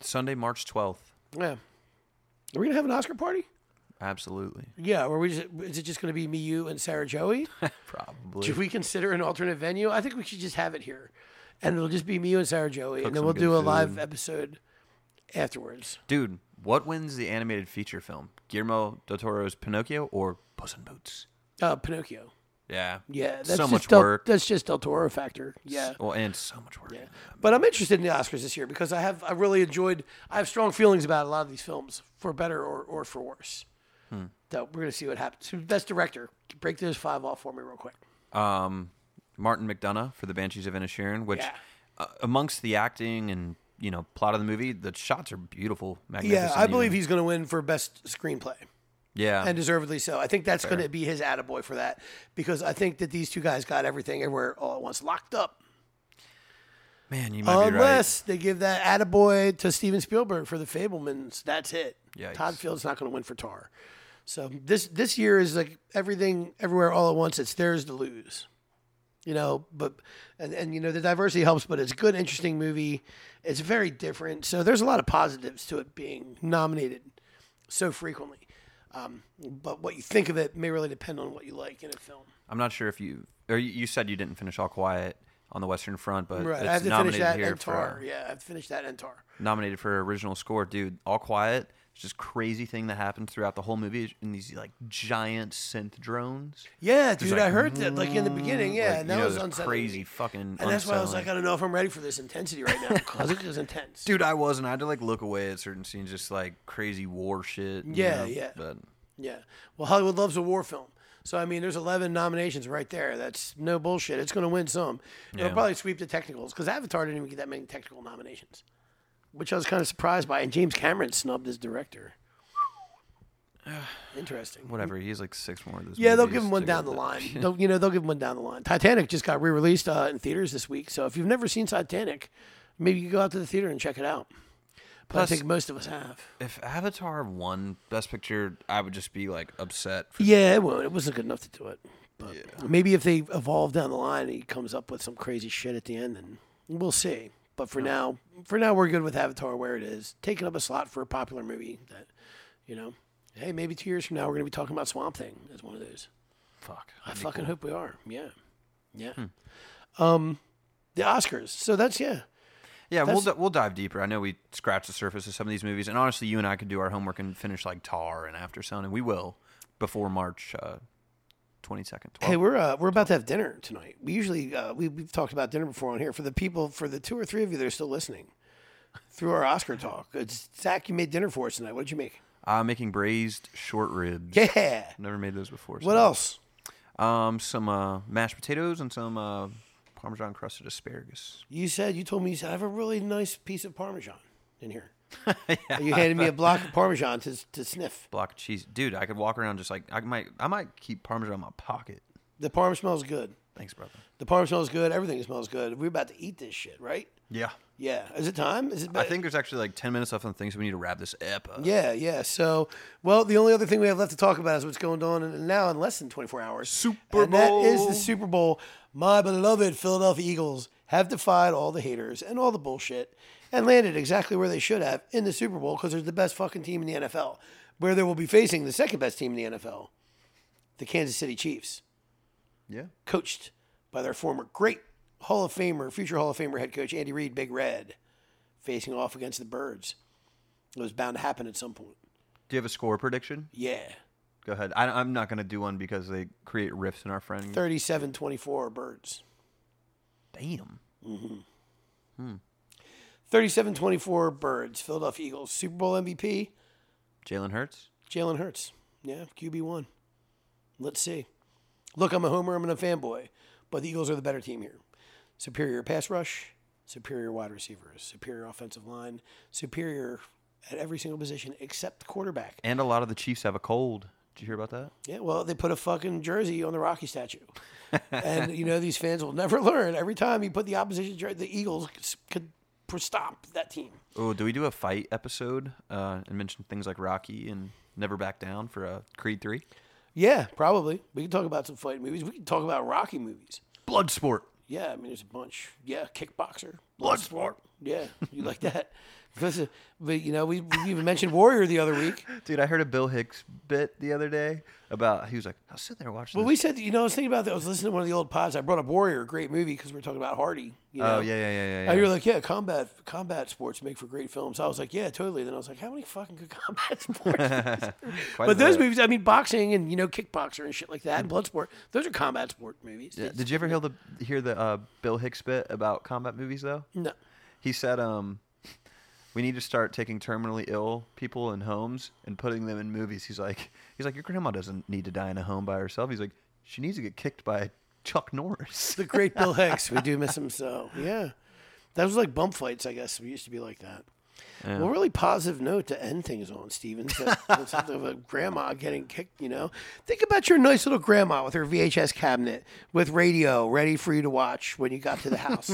Sunday, March twelfth. Yeah. Are we gonna have an Oscar party? Absolutely, Yeah. Or we just, is it just gonna be me, you, and Sarah Joey? probably. Should we consider an alternate venue? I think we should just have it here, and it'll just be me, you, and Sarah Joey, and then some we'll good do a live food. episode afterwards. Dude, what wins the animated feature film? Guillermo del Toro's Pinocchio or Puss in Boots? Uh, Pinocchio. Yeah. Yeah. That's so just much Del- work. That's just Del Toro factor. Yeah. Well, and so much work. Yeah. But I'm interested in the Oscars this year because I have I really enjoyed I have strong feelings about a lot of these films for better or, or for worse. So we're gonna see what happens. Who's Best director, break those five off for me real quick. um, Martin McDonough for The Banshees of Inisherin, which Yeah. uh, amongst the acting and you know plot of the movie, the shots are beautiful, magnificent. Yeah, I believe even. he's gonna win for best screenplay. Yeah, And deservedly so. I think that's gonna be his attaboy for that because I think that these two guys got everything everywhere all at once locked up. man, you might Unless they give that attaboy to Steven Spielberg for the Fablemans, that's it. Yikes. Todd Field's not going to win for Tar. So this this year is like everything, everywhere, all at once. It's theirs to lose, you know. But and and you know the diversity helps, but it's a good, interesting movie. It's very different, so there's a lot of positives to it being nominated so frequently. Um, but what you think of it may really depend on what you like in a film. right. I'm not sure if you or you- you said you didn't finish All Quiet on the Western Front, but Right, it's I have to finish nominated that here and for Tar. Yeah, I have to finish that and Tar. nominated for original score, dude. All Quiet. It's just crazy thing that happens throughout the whole movie in these like giant synth drones. Yeah, dude, like, mm, I heard that like in the beginning. Yeah, Like, and you that know, was this unsettling. crazy fucking. And that's why I was unsettling. like, I don't know if I'm ready for this intensity right now because it was intense. Dude, I wasn't. I had to like look away at certain scenes, just like crazy war shit. you Yeah, know? yeah. But Yeah. Well, Hollywood loves a war film. So I mean, there's 11 nominations right there. That's no bullshit. It's going to win some. It'll Yeah. probably sweep the technicals because Avatar didn't even get that many technical nominations, which I was kind of surprised by. And James Cameron snubbed as director. Interesting. whatever, he has like six more of those. Yeah, they'll movies give him one to go down the with line. They'll- you know, they'll give him one down the line. Titanic just got re-released uh, in theaters this week, so if you've never seen Titanic, maybe you go out to the theater and check it out. But Plus- I think most of us have. that. If Avatar won Best Picture, I would just be like upset. For, Yeah, it won't. It wasn't good enough to do it. But maybe if they evolve down the line, he comes up with some crazy shit at the end, and we'll see. But for now, for now, we're good with Avatar where it is, taking up a slot for a popular movie. That, you know, hey, maybe two years from now, we're gonna be talking about Swamp Thing as one of those. Fuck. I fucking hope we are. Yeah, yeah. Um, the Oscars. So that's yeah. Yeah, we'll That's- d- we'll dive deeper. I know we scratched the surface of some of these movies, and honestly, you and I could do our homework and finish like Tar and After Sun, and we will before March uh, twenty second. Hey, we're uh, we're about to have dinner tonight. We usually uh, we, we've talked about dinner before on here. For the people, for the two or three of you that are still listening, through our Oscar talk, it's, Zach, you made dinner for us tonight. What did you make? I'm Uh, making braised short ribs. Yeah. never made those before. so- What else? Um, some uh, mashed potatoes and some uh, Parmesan crusted asparagus. You said you told me you said I have a really nice piece of parmesan in here. You handed me a block of parmesan to to sniff. Block of cheese, dude. I could walk around just like I might. I might keep Parmesan in my pocket. The parm smells good. Thanks, brother. The parm smells good. Everything smells good. We're about to eat this shit, right? Yeah, Yeah. Is it time? Is it? I think there's actually like ten minutes left on things. So we need to wrap this up. Yeah, yeah. So, well, the only other thing we have left to talk about is what's going on in, now in less than 24 hours. Super And that is Bowl. the Super Bowl. My beloved Philadelphia Eagles have defied all the haters and all the bullshit and landed exactly where they should have in the Super Bowl because they're the best fucking team in the NFL, where they will be facing the second best team in the NFL, the Kansas City Chiefs, yeah. coached by their former great Hall of Famer, future Hall of Famer head coach Andy Reid, Big Red, facing off against the Birds. It was bound to happen at some point. Do you have a score prediction? Yeah. Go ahead. I, I'm not gonna do one because they create rifts in our friend. 37 24 birds. Damn. 37 24 birds. Philadelphia Eagles. Super Bowl MVP, Jalen Hurts. Jalen Hurts. Yeah, QB1. Let's see. Look, I'm a homer, I'm a fanboy, but the Eagles are the better team here. Superior pass rush, superior wide receivers, superior offensive line, superior at every single position except quarterback. And a lot of the Chiefs have a cold. Did you hear about that? Yeah, well, they put a fucking jersey on the Rocky statue. and, you know, these fans will never learn. Every time you put the opposition, jer- the Eagles c- could pr- stop that team. Oh, do we do a fight episode uh, and mention things like Rocky and Never Back Down for uh, Creed Three? Yeah, probably. We can talk about some fight movies. We can talk about Rocky movies. Bloodsport. Yeah, I mean, there's a bunch. Yeah, Kickboxer, Bloodsport. Yeah, you like that? Listen, but you know, we, we even mentioned Warrior the other week. Dude, I heard a Bill Hicks bit the other day about he was like, I was sitting there watching. Well, this- we said, you know, I was thinking about that. I was listening to one of the old pods. I brought up Warrior, great movie, because we were talking about Hardy. You know? oh yeah, yeah, yeah, yeah. yeah. And you're like, yeah, combat combat sports make for great films. I was like, yeah, totally. Then I was like, how many fucking good combat sports? Quite a but those bit. movies, I mean, boxing and you know, kickboxer and shit like that, and bloodsport. Those are combat sport movies. Yeah, Did you ever hear the hear the uh, Bill Hicks bit about combat movies though? No. He said, um, we need to start taking terminally ill people in homes and putting them in movies. He's like, he's like, your grandma doesn't need to die in a home by herself. He's like, she needs to get kicked by Chuck Norris. the great Bill Hicks. We do miss him so. Yeah. That was like bump fights, I guess. We used to be like that. Well, really positive note to end things on, Steven. So- so Something of a grandma getting kicked, you know? Think about your nice little grandma with her VHS cabinet with radio ready for you to watch when you got to the house.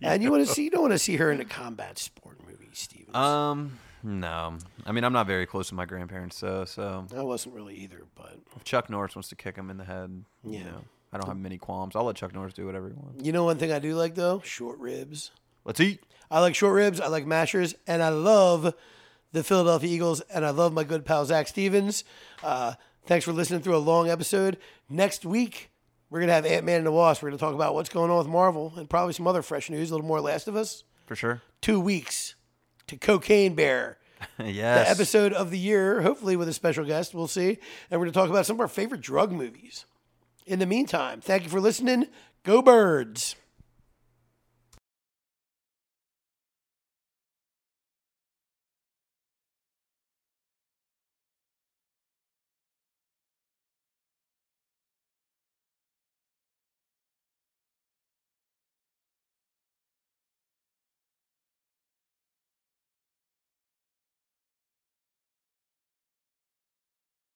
and you want to see, you don't want to see her in a combat sport movie, Steven. Um, no, I mean I'm not very close to my grandparents, so so I wasn't really either, but if Chuck Norris wants to kick him in the head, you Yeah. know, I don't have many qualms. I'll let Chuck Norris do whatever he wants. you know, one thing I do like though? Short ribs. Let's eat. I like short ribs. I like mashers, and I love the Philadelphia Eagles, and I love my good pal Zach Stevens. Uh, thanks for listening through a long episode. Next week we're gonna have Ant Man and the Wasp. We're gonna talk about what's going on with Marvel and probably some other fresh news. A little more Last of Us. for sure. Two weeks to Cocaine Bear. yes. Episode of the year, hopefully with a special guest. We'll see. And we're going to talk about some of our favorite drug movies. In the meantime, thank you for listening. Go Birds.